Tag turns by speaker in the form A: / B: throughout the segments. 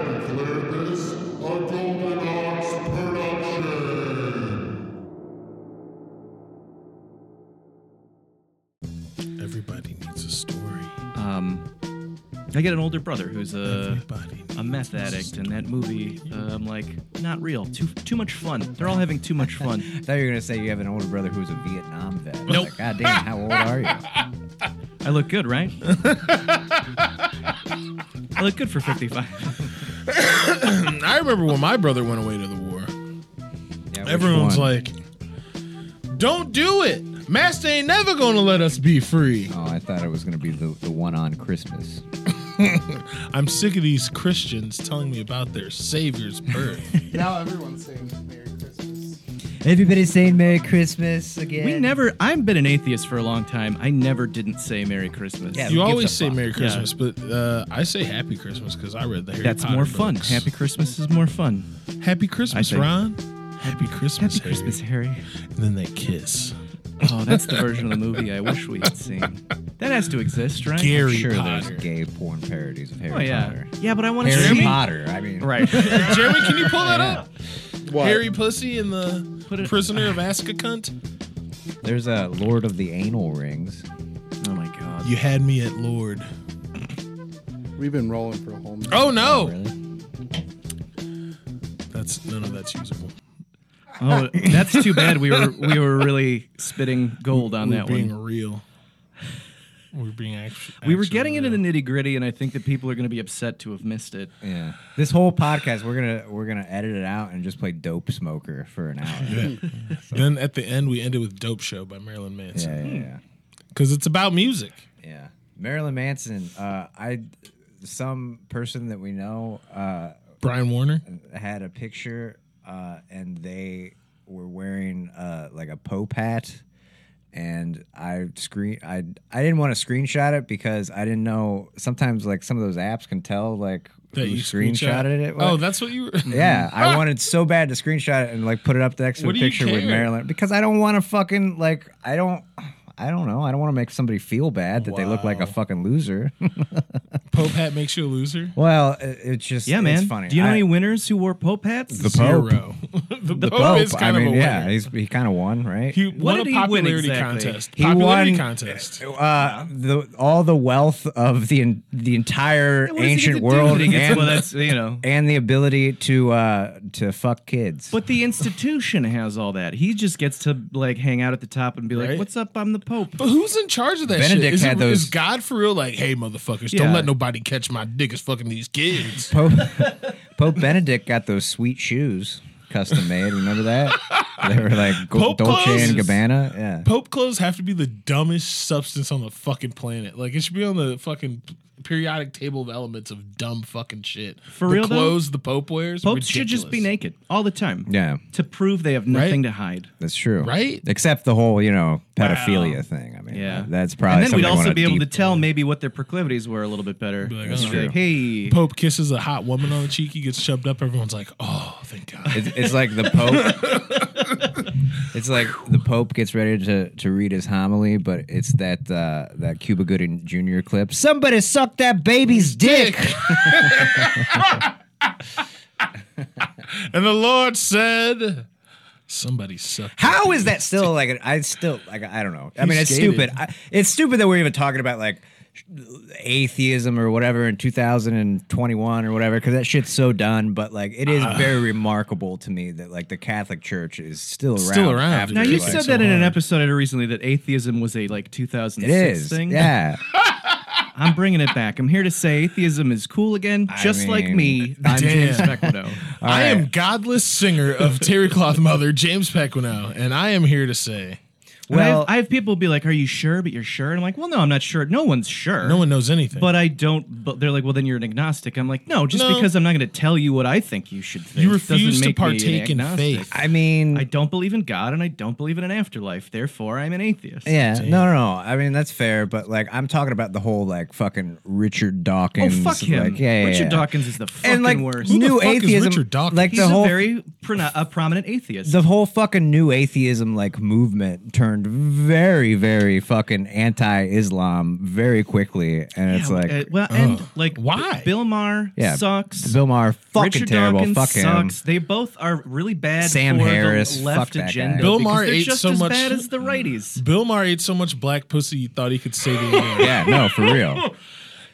A: Atlantis, a Golden Ox production.
B: Everybody needs a story.
C: Um, I got an older brother who's a
B: Everybody.
C: Uh, a meth addict, and that movie, uh, I'm like, not real. Too too much fun. They're all having too much fun.
D: I thought you were gonna say you have an older brother who's a Vietnam vet. I was
C: Nope.
D: Like, God damn, how old are you?
C: I look good, right? I look good for 55.
B: Mm, I remember when my brother went away to the war.
D: Yeah, which
B: Everyone's
D: one?
B: like, "Don't do it. Master ain't never gonna let us be free."
D: Oh, I thought it was gonna be the, the one on Christmas.
B: I'm sick of these Christians telling me about their savior's birth.
E: Now everyone's saying Merry Christmas.
D: Everybody's saying Merry Christmas again.
C: We never, I've been an atheist for a long time. I never didn't say Merry Christmas.
D: Yeah,
B: you
D: who gives
B: always
D: a
B: say
D: fuck?
B: Merry Christmas, but uh, I say Happy Christmas because I read the Harry
C: That's
B: Potter
C: more fun.
B: books.
C: Happy Christmas is more fun.
B: Happy
C: I
B: Christmas,
C: think-
B: Ron. Happy Christmas,
C: Happy
B: Harry.
C: Christmas, Harry.
B: And then they kiss.
C: Oh, that's the version of the movie I wish we had seen. That has to exist, right?
B: Gary
D: Sure,
B: Potter.
D: there's gay porn parodies of Harry
C: Oh, yeah.
D: Potter.
C: Yeah, but I want to
D: Harry
C: see.
D: Potter. I mean,
C: Right. Oh,
B: Jeremy, can you pull that up?
E: What?
B: Harry Pussy and the
C: Put it-
B: Prisoner of Azkacunt.
D: There's a Lord of the Anal Rings.
C: oh, my God.
B: You had me at Lord.
E: We've been rolling for a whole minute.
B: Oh no,
D: Really?
B: that's none of that's usable.
C: Oh, that's too bad. We were we were really spitting gold on
B: We're
C: that
B: being
C: one.
B: real. We're being actually.
C: We were getting into the nitty gritty, and I think that people are going to be upset to have missed it.
D: Yeah. This whole podcast, we're gonna we're gonna edit it out and just play Dope Smoker for an hour. yeah,
B: Then at the end, we ended with "Dope Show" by Marilyn Manson
D: yeah, yeah.
B: because it's about music.
D: Yeah. Marilyn Manson. Uh, I some person that we know uh,
B: Brian Warner.
D: had a picture, uh, and they were wearing uh, like a Pope hat, and I screen I I didn't want to screenshot it because I didn't know. Sometimes like some of those apps can tell like
B: That
D: who
B: you
D: screenshotted it. with.
B: Oh, that's what you were.
D: Yeah, I wanted so bad to screenshot it and like put it up next to
B: What
D: the
B: do you
D: picture with
B: care?
D: Marilyn because I don't want to fucking like I don't I don't know I don't want to make somebody feel bad that they look like
B: Wow.
D: a fucking loser.
B: Pope hat makes you a loser.
D: well, it, it's just
C: Yeah, man.
D: It's funny.
C: Do you know
D: I-
C: any winners who wore Pope hats?
D: The Pope.
B: Zero. the, Pope, is kind
D: I mean,
B: of a
D: yeah,
B: winner.
D: Oh, he's, he kind of won, right?
B: He
C: What
B: won
C: did
B: a
C: he win
B: popularity
C: exactly?
B: contest.
D: He
B: popularity
D: won-
B: contest.
D: uh, the all the wealth of the en- the entire
C: What does he get to
D: ancient
C: do?
D: world
C: He gets-
D: and,
C: well, that's you know.
D: and the ability to uh, to fuck kids.
C: But the institution has all that. He just gets to like hang out at the top and be like,
B: Right.
C: "What's up? I'm the Pope."
B: But who's in charge of that shit?
D: Benedict
B: Is, it-
D: had those-
B: is God for real? Like, hey, motherfuckers,
C: Yeah.
B: don't let nobody catch my dick. It's fucking these kids.
D: Pope, Pope Benedict got those sweet shoes custom made. Remember that? They were like go-
B: Pope
D: Dolce and
B: closes.
D: Gabbana. Yeah.
B: Pope clothes have to be the dumbest substance on the fucking planet. Like, it should be on the fucking periodic table of elements of dumb fucking shit.
C: For
B: the
C: real, though?
B: clothes the Pope wears.
C: Popes should just be
B: ridiculous.
C: naked all the time.
D: Yeah,
C: To prove they have nothing to hide.
D: that's true.
B: Right?
D: Except the whole, you know, pedophilia thing. I mean,
C: Yeah.
D: that's
C: And
D: probably
C: then
D: something
C: we'd
D: I
C: also
D: wanna
C: be able to
D: deep-
C: tell maybe what their proclivities were a little bit better.
B: like,
C: It's
B: oh,
C: like, hey,
B: Pope kisses a hot woman on the cheek. He gets shoved up. Everyone's like, oh, thank God.
D: It's, it's like the Pope. it's like the Pope gets ready to, to read his homily, but it's that uh, that Cuba Gooding Jr. clip. Somebody suck that baby's dick.
B: and the Lord said, somebody sucked.
D: How is that still like? I still like. I don't know. I mean, it's
B: skated.
D: stupid. I, it's stupid that we're even talking about like atheism or whatever in 2021 or whatever because that shit's so done. But like, it is very remarkable to me that like the Catholic Church is still around.
B: Still around,
D: after,
C: Now you
D: like-
C: said
B: so
C: that in an
B: hard.
C: episode I did recently that atheism was a like 2006
D: it is.
C: thing.
D: Yeah,
C: I'm bringing it back. I'm here to say atheism is cool again, just like
D: mean,
C: me. I'm James
B: damn.
C: Mequido.
B: I am godless singer of Terry Cloth Mother, James Pequeno, and I am here to say
C: well,
D: Well-
C: I have, people be like, "Are you sure?" But you're sure. And I'm like, "Well, no, I'm not sure. No one's sure.
B: no one knows anything.
C: But uh, I don't. But they're like, "Well, then you're an agnostic." I'm like, "No, just
B: No.
C: because I'm not going to tell you what I think you should think.
B: you
C: doesn't
B: refuse to
C: make me an
B: partake in
C: agnostic.
B: faith.
D: I mean,
C: I don't believe in God, and I don't believe in an afterlife. Therefore, I'm an atheist.
D: Yeah, no, no, no. I mean, that's fair, but like, I'm talking about the whole like fucking Richard
C: Oh
D: Dawkins.
C: fuck him!
D: Like, yeah, yeah,
C: Richard
D: yeah.
C: Dawkins is the fucking
D: and like
C: worst.
B: Who
D: new
B: the fuck is
D: atheism,
B: Richard Dawkins?
D: like
C: He's
D: the
C: a
D: whole
C: very prono- a prominent atheist.
D: the whole fucking new atheism like movement turned turned very, very fucking anti-Islam very quickly, and it's
C: Yeah,
D: like,
C: uh, well, and
B: Ugh.
C: like
B: Why?
C: Bill Maher
D: yeah,
C: sucks.
D: Bill Maher, fucking
C: Richard
D: terrible.
C: Dawkins
D: fuck him.
C: sucks. They both are really bad.
D: Sam
C: for
D: Harris,
C: the
D: fuck
C: left
D: that guy.
C: agenda.
B: Bill
C: because
B: Maher
C: they're
B: ate
C: just
B: so
C: as
B: much-
C: bad as the righties.
B: Bill Maher ate so much black pussy he thought he could say the N word.
D: Yeah, no, for real.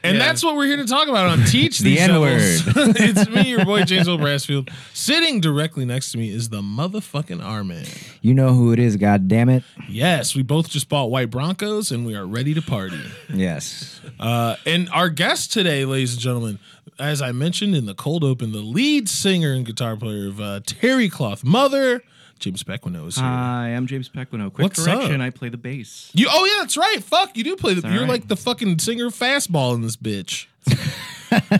B: And that's what we're here to talk about on Teach
D: The
B: These
D: N-word.
B: Devils. it's me, your boy James Will Brassfield. Sitting directly next to me is the motherfucking R Man.
D: you know who it is, god damn it.
B: Yes, we both just bought white Broncos and we are ready to party.
D: Yes.
B: Uh, and our guest today, ladies and gentlemen, as I mentioned in the cold open, the lead singer and guitar player of uh, Terry Cloth Mother, James Bequino is here.
C: Hi, I'm James Pequeno. Quick
B: What's
C: correction:
B: up?
C: I play the bass.
B: you, oh yeah, that's right. Fuck, you do play. The,
C: all
B: you're
C: right.
B: like the fucking singer fastball in this bitch.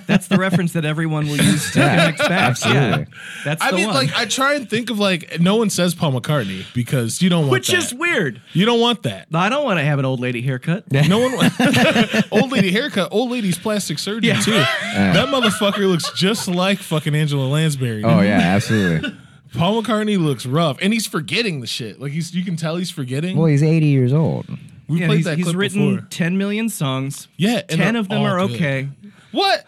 C: That's the reference that everyone will use to
D: Yeah,
C: connect back.
D: absolutely.
C: Yeah, that's
B: I
C: the
B: mean,
C: one.
B: like I try and think of like no one says Paul McCartney because you don't want
C: Which
B: that.
C: is weird.
B: You don't want that.
C: I don't want to have an old lady haircut.
B: No one. old lady haircut. Old lady's plastic surgery
C: Yeah.
B: too. That motherfucker looks just like fucking Angela Lansbury.
D: Oh yeah, absolutely.
B: Paul McCartney looks rough, and he's forgetting the shit. Like he's, you can tell he's forgetting.
D: well, he's 80 years old.
B: we
C: Yeah,
B: played
C: he's,
B: that
C: he's
B: clip
C: written
B: before.
C: 10 million songs.
B: Yeah, and
C: 10
B: they're
C: of them
B: all
C: are
B: good.
C: okay.
B: What?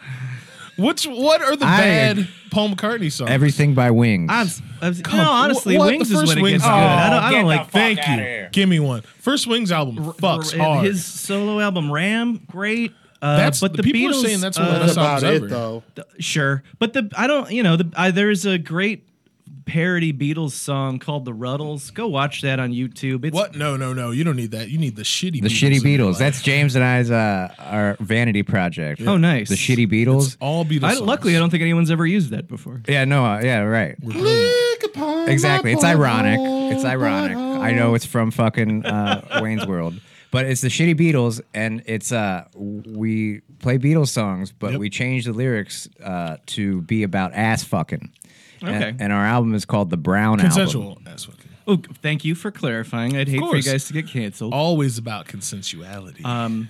B: Which? What are the
D: I-
B: bad Paul McCartney songs?
D: Everything by Wings.
C: I'm, s- I'm, s- no, honestly,
B: What? The
C: Wings is
B: first
C: what it
B: Wings
C: gets good.
B: album.
C: I don't, I
D: Oh,
C: don't
D: get
C: like
D: the fuck
B: Thank
D: outta
B: you.
D: here.
B: Give me one. First Wings album fucks
C: r-
B: hard.
C: His solo album Ram, great. Uh,
B: That's-
C: but the,
B: people are
C: Beatles,
B: saying that's what
C: uh,
B: that
E: That's
B: song's
E: about it,
B: over.
E: though.
C: th- sure, but the I don't you know the I, there's a great parody Beatles song called The Ruddles. Go watch that on YouTube. It's
B: What? No, no, no. You don't need that. You need the shitty.
D: the
B: Beatles
D: Shitty
B: in your
D: Beatles.
B: life.
D: That's James and I's uh, our vanity project.
C: Oh, nice.
D: The Shitty Beatles.
B: all Beatles.
C: I,
B: songs.
C: luckily, I don't think anyone's ever used that before.
D: yeah, no, uh, yeah, right. Exactly. It's ironic. It's ironic. I know it's from fucking uh, Wayne's World, but it's the shitty Beatles, and it's uh we play Beatles songs, but
B: Yep.
D: we change the lyrics uh, to be about ass fucking. And-
C: Okay.
D: And, our album is called the Brown Album.
B: consensual. That's what.
C: Oh, thank you for clarifying. I'd hate for you
B: course.
C: guys to get canceled.
B: Always about consensuality.
C: um,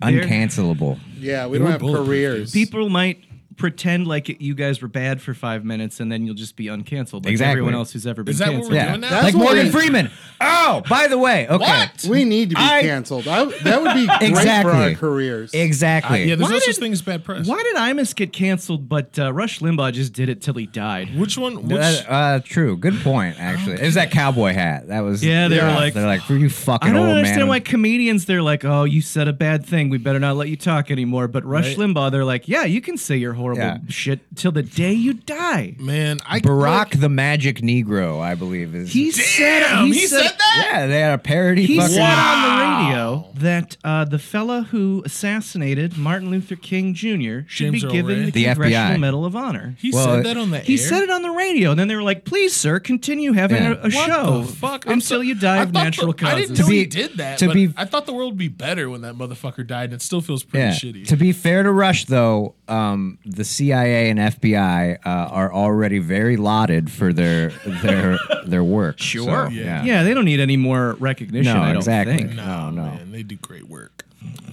C: there-
D: Uncancelable.
E: Yeah, we
B: They
E: don't
B: were
E: have
B: bulletproof,
E: careers.
C: people might pretend like you guys were bad for five minutes and then you'll just be uncanceled like
D: Exactly.
C: everyone else who's ever been
B: Is that what
C: canceled
B: we're
D: Yeah.
B: doing now?
D: like
E: That's
D: Morgan
E: why-
D: Freeman. Oh, by the way, okay.
B: What?
E: We need to be
D: I-
E: canceled. I, that would be great for
D: Exactly.
E: our careers.
B: Uh,
D: Exactly.
B: yeah, there's
C: Why
B: no
C: did-
B: such thing as bad press.
C: why did imus get canceled but uh, rush limbaugh just did it till he died
B: Which one? Which?
D: Uh, uh, true. Good point. Actually, it was that cowboy hat. That was.
C: Yeah, they were like-
D: they're like, you fucking
C: i don't
D: old
C: understand
D: man.
C: why comedians they're like oh you said a bad thing we better not let you talk anymore but rush limbaugh they're like yeah you can say your horrible
D: Yeah.
C: shit till the day you die
B: man, I
D: Barack the Magic Negro, I believe is.
C: he said
B: Damn, he said that?
D: yeah, they had a parody.
C: He
D: fucking-
C: said on the radio that uh, the fella who assassinated Martin Luther King Jr. should
B: James
C: be
B: Earl
C: given
B: Ray?
C: the,
D: The FBI.
C: Congressional Medal of Honor.
B: He
D: Well,
B: said that on the
C: He
B: air?
C: said it on the radio, and then they were like, "Please, sir, continue having
D: Yeah.
C: a, a
B: What
C: show
B: the fuck? I'm
C: Oh, until
B: so-
C: you die
B: I
C: of
B: thought
C: natural
B: the- I
C: causes."
B: didn't know
D: To
B: he
D: be-
B: did that.
D: to
B: but
D: be-
B: I thought the world would be better when that motherfucker died, and it still feels pretty
D: Yeah.
B: shitty.
D: To be fair to Rush, though, um, the CIA and FBI uh, are already very lauded for their their their work.
C: sure,
D: So,
C: yeah.
D: yeah.
C: they don't need any more recognition.
D: No,
C: I don't
D: exactly.
C: think.
B: Nah,
D: no, no.
B: man, they do great work,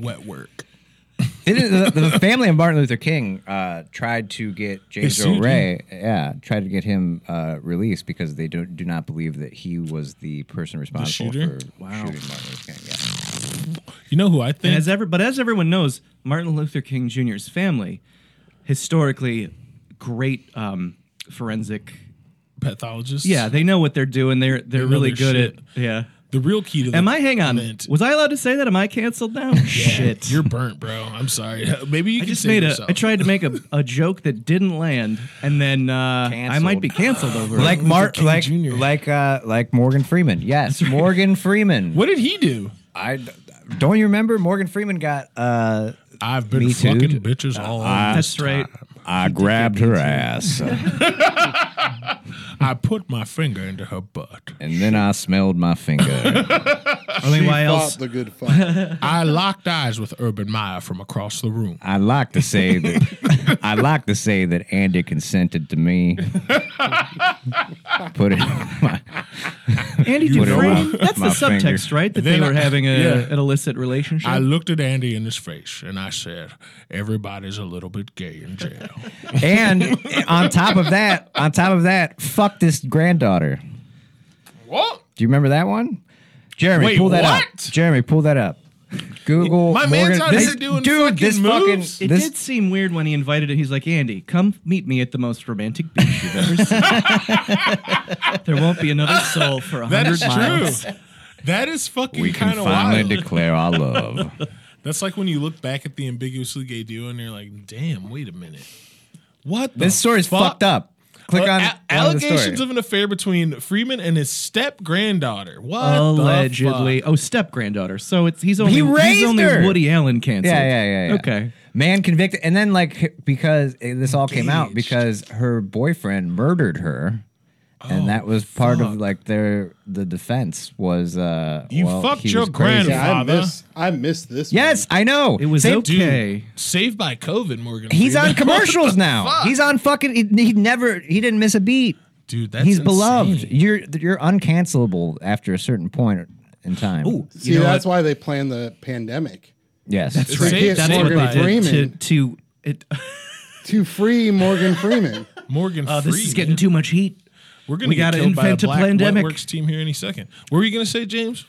B: wet work.
D: Didn't- the, the family of Martin Luther King uh, tried to get James
B: sued
D: Earl Ray, yeah, tried to get him uh, released because they don't do not believe that he was the person responsible
B: shooter?
D: for shooting Martin Luther King. Yeah.
B: You know who I
C: And
B: think?
C: as ever, but as everyone knows, Martin Luther King Jr.'s family, historically, great um, forensic.
B: pathologists.
C: Yeah, they know what they're doing. They're they're
B: know
C: really
B: their
C: good
B: shit.
C: at. Yeah.
B: the real key to
C: Am
B: the
C: I? Hang on.
B: Mint.
C: Was I allowed to say that? Am I canceled now? Shit.
B: You're burnt, bro. I'm sorry. Maybe you
C: I
B: can
C: just
B: save
C: made a.
B: yourself.
C: I tried to make a, a joke that didn't land, and then uh, I might be canceled over it.
D: Like
B: Luther
D: Mark,
B: King
D: like
B: Jr..
D: like uh, like Morgan Freeman. Yes, Morgan Freeman.
B: What did he do?
D: I don't you remember Morgan Freeman got uh
B: I've been
D: Me too.
B: fucking bitches all over.
C: Uh, That's right.
D: I grabbed her ass uh,
B: I put my finger into her butt.
D: and then I smelled my finger.
C: I mean, why
E: Fought
C: else?
E: the good fight.
B: I locked eyes with Urban Meyer from across the room.
D: I like to say that I like to say that Andy consented to me. Put it on my,
C: Andy
D: You know
C: Dufresne.
D: my-
C: That's
D: my
C: the subtext,
D: finger.
C: right? That they
B: Then I-
C: were having a,
B: yeah.
C: an illicit relationship.
B: I looked at Andy in his face and I said, "Everybody's a little bit gay in jail."
D: and on top of that, on top of that, fuck this granddaughter.
B: what?
D: Do you remember that one? Jeremy,
B: Wait,
D: pull that up.
B: what?
D: Jeremy, pull that up. Google.
B: My
D: Morgan,
B: man's out
D: this-
B: here doing
D: dude,
B: fucking
D: this
B: moves.
D: fucking
C: It
D: this
C: did seem weird when he invited it. He's like, Andy, come meet me at the most romantic beach you've ever seen. there won't be another soul for a
B: That is
C: hundred miles.
B: true. That is fucking kind of wild.
D: declare our love.
B: That's like when you look back at the ambiguously gay duo and you're like, damn, wait a minute. What the
D: this story's
B: fuck?
D: fucked up. Click
B: Uh, a-
D: on one of the
B: allegations
D: story.
B: of an affair between Freeman and his step granddaughter. What
C: Allegedly,
B: The fuck?
C: oh step granddaughter. So it's he's only
D: raised
C: he's only
D: her.
C: Woody Allen canceled.
D: Yeah, yeah, yeah, yeah.
C: Okay,
D: Man convicted, and then like h- because eh, this all came out
B: Engaged.
D: because her boyfriend murdered her, and that was part of
B: fuck.
D: like their the defense was uh
B: You
D: well,
B: fucked
D: he
B: your
D: was crazy.
B: grandma.
E: Yeah, I
B: Father.
E: miss I miss this.
D: Yes, I know.
C: it was
D: Same-
B: Dude,
C: okay.
B: saved by COVID, Morgan.
D: He's
B: Freeman.
D: on commercials now.
B: fuck?
D: He's on fucking. He, he never. He didn't miss a beat.
B: Dude, that's
D: He's
B: insane.
D: beloved. You're you're uncancelable after a certain point in time.
C: Ooh,
E: one. See, that's why they planned the pandemic
D: yes,
C: That's right.
B: saved
C: That's what
B: Morgan
C: they
E: Freeman.
C: did to to. It,
E: to free Morgan Freeman.
B: Morgan
C: uh, this is
B: Freeman.
C: getting too much heat.
B: We're gonna
C: we
B: get
C: gotta
B: killed by a
C: invent a
B: black
C: pandemic.
B: Works team here any second. What were you gonna say, James?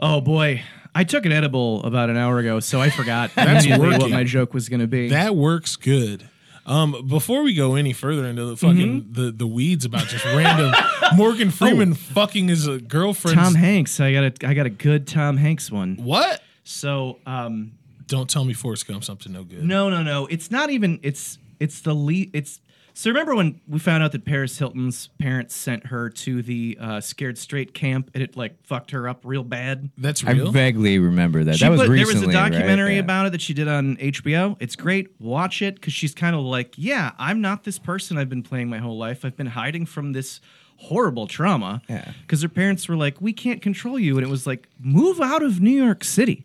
C: Oh boy, I took an edible about an hour ago, so I forgot
B: That's
C: immediately what
B: working.
C: my joke was going to be.
B: That works good. Um, before we go any further into the fucking
C: Mm-hmm.
B: the, the weeds about just random Morgan Freeman fucking his uh, girlfriend.
C: Oh. Tom Hanks, I got a I got a good Tom Hanks one.
B: what?
C: So, um,
B: Don't tell me Forrest Gump's up to no good.
C: No, no, no. It's not even. It's it's the lead. It's so remember when we found out that Paris Hilton's parents sent her to the uh, scared straight camp and it like fucked her up real bad.
B: That's
D: I
B: real.
D: vaguely remember that. that was
C: put-
D: recently.
C: there was a
D: right?
C: documentary
D: Yeah.
C: about it that she did on HBO. It's great. Watch it because she's kind of like, yeah, I'm not this person I've been playing my whole life. I've been hiding from this horrible trauma.
D: Yeah.
C: Because her parents were like, we can't control you, and it was like, move out of New York City.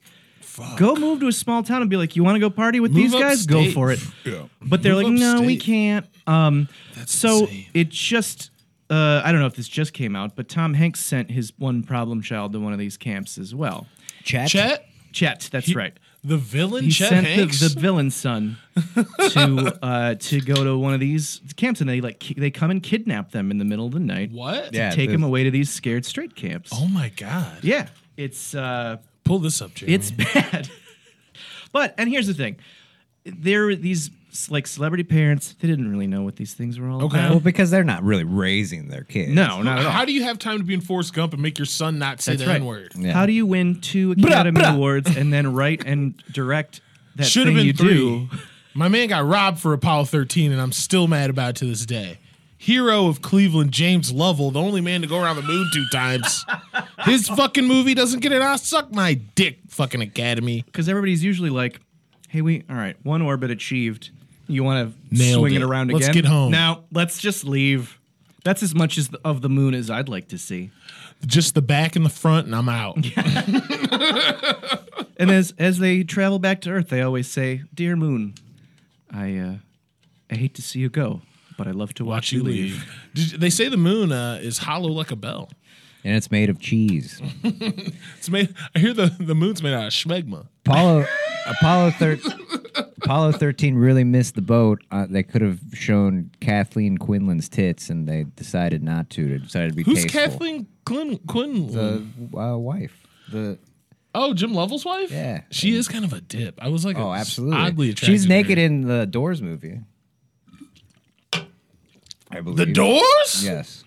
C: Go move to a small town and be like, you want to go party with
B: Move
C: these guys? Go
B: upstate.
C: for it.
B: Yeah.
C: But they're
B: Move
C: like, no, we
B: upstate.
C: can't. Um, so
B: insane.
C: it just. Uh, I don't know if this just came out, but Tom Hanks sent his one problem child to one of these camps as well.
D: Chet.
B: Chet,
C: Chet, that's
B: He-
C: right.
B: the villain,
C: He
B: Chet
C: sent the,
B: Hanks.
C: the villain's son to uh, to go to one of these camps, and they like ki- they come and kidnap them in the middle of the night.
B: what?
D: Yeah.
C: Take
D: this-
C: them away to these scared straight camps.
B: Oh my god.
C: Yeah, it's uh,
B: Pull this up, Jeremy.
C: it's bad. but and here's the thing, there were these like celebrity parents. They didn't really know what these things were all
B: Okay.
C: about.
D: Well, because they're not really raising their kids.
C: No, not at all.
B: How do you have time to be in Forrest Gump and make your son not say
C: That's
B: the
C: right.
B: N word?
D: Yeah.
C: How do you win two Academy
D: bruh.
C: Awards and then write and direct that
B: Should have
C: thing
B: been
C: you
B: three.
C: do?
B: My man got robbed for Apollo 13, and I'm still mad about it to this day. Hero of Cleveland, James Lovell, the only man to go around the moon two times. His fucking movie doesn't get it. I suck my dick, fucking Academy.
C: because everybody's usually like, "Hey, we all right, one orbit achieved. You want to
B: Nailed
C: swing it,
B: it.
C: around
B: Let's
C: again?
B: get home."
C: Now let's just leave. That's as much as the, of the moon as I'd like to see.
B: Just the back and the front, and I'm out.
C: And as as they travel back to Earth, they always say, "Dear moon, I uh, I hate to see you go, but I love to watch,
B: Watch you leave. Did- They say the moon uh, is hollow like a bell.
D: And it's made of cheese.
B: It's made. I hear the, the moon's made out of schmegma.
D: Apollo Apollo thir- Apollo thirteen really missed the boat. Uh, they could have shown Kathleen Quinlan's tits, and they decided not to. They decided to be
B: Who's
D: tasteful.
B: Kathleen Quin- Quinlan?
D: The uh, wife. The
B: oh, Jim Lovell's wife?
D: Yeah.
B: She is kind of a dip. I was like,
D: oh, absolutely.
B: oddly attracted.
D: She's
B: to her.
D: naked in the Doors movie. I believe
B: The doors?
D: Yes.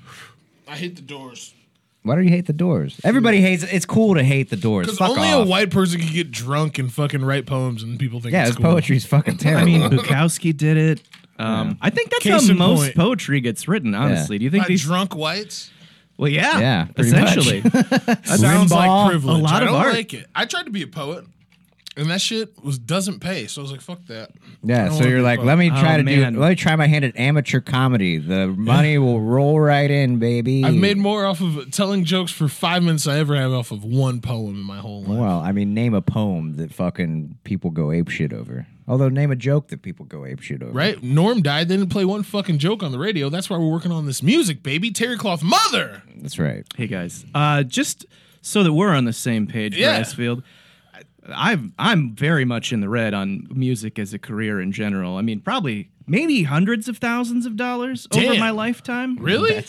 B: I hate the doors.
D: Why do you hate the Doors? Everybody hates. It's cool to hate the Doors.
B: Because
D: Fuck
B: only
D: off.
B: a white person can get drunk and fucking write poems and people think
D: yeah,
B: it's
D: his
B: cool.
D: poetry's fucking terrible.
C: I mean, Bukowski did it. Um, I think that's
B: Case
C: how
B: in
C: most
B: point.
C: poetry gets written. Honestly, do you think
B: By
C: these?
B: drunk whites
C: well, yeah,
D: Yeah, pretty much.
C: essentially.
B: sounds
D: Rimbaud,
B: like
D: a
B: privilege.
C: lot
B: I
C: of
B: don't
C: art.
B: like it. I tried to be a poet, and that shit was doesn't pay. So I was like, fuck that. I
D: Yeah,
B: don't
D: so
B: wanna
D: you're
B: be
D: like,
B: fucked.
D: let me try
C: Oh,
D: to
C: man.
D: do, let me try my hand at amateur comedy. The money will roll right in, baby.
B: I've made more off of telling jokes for five minutes than I ever have off of one poem in my whole life.
D: Well, I mean, name a poem that fucking people go ape shit over. Although, name a joke that people go ape shit over.
B: Right? Norm died. They didn't play one fucking joke on the radio. That's why we're working on this music, baby. Terry Cloth, mother.
D: That's right.
C: Hey guys, uh, just so that we're on the same page,
B: Yeah.
C: Brassfield. I- I've I'm very much in the red on music as a career in general. I mean, probably maybe hundreds of thousands of dollars over
B: Damn.
C: my lifetime.
B: Really?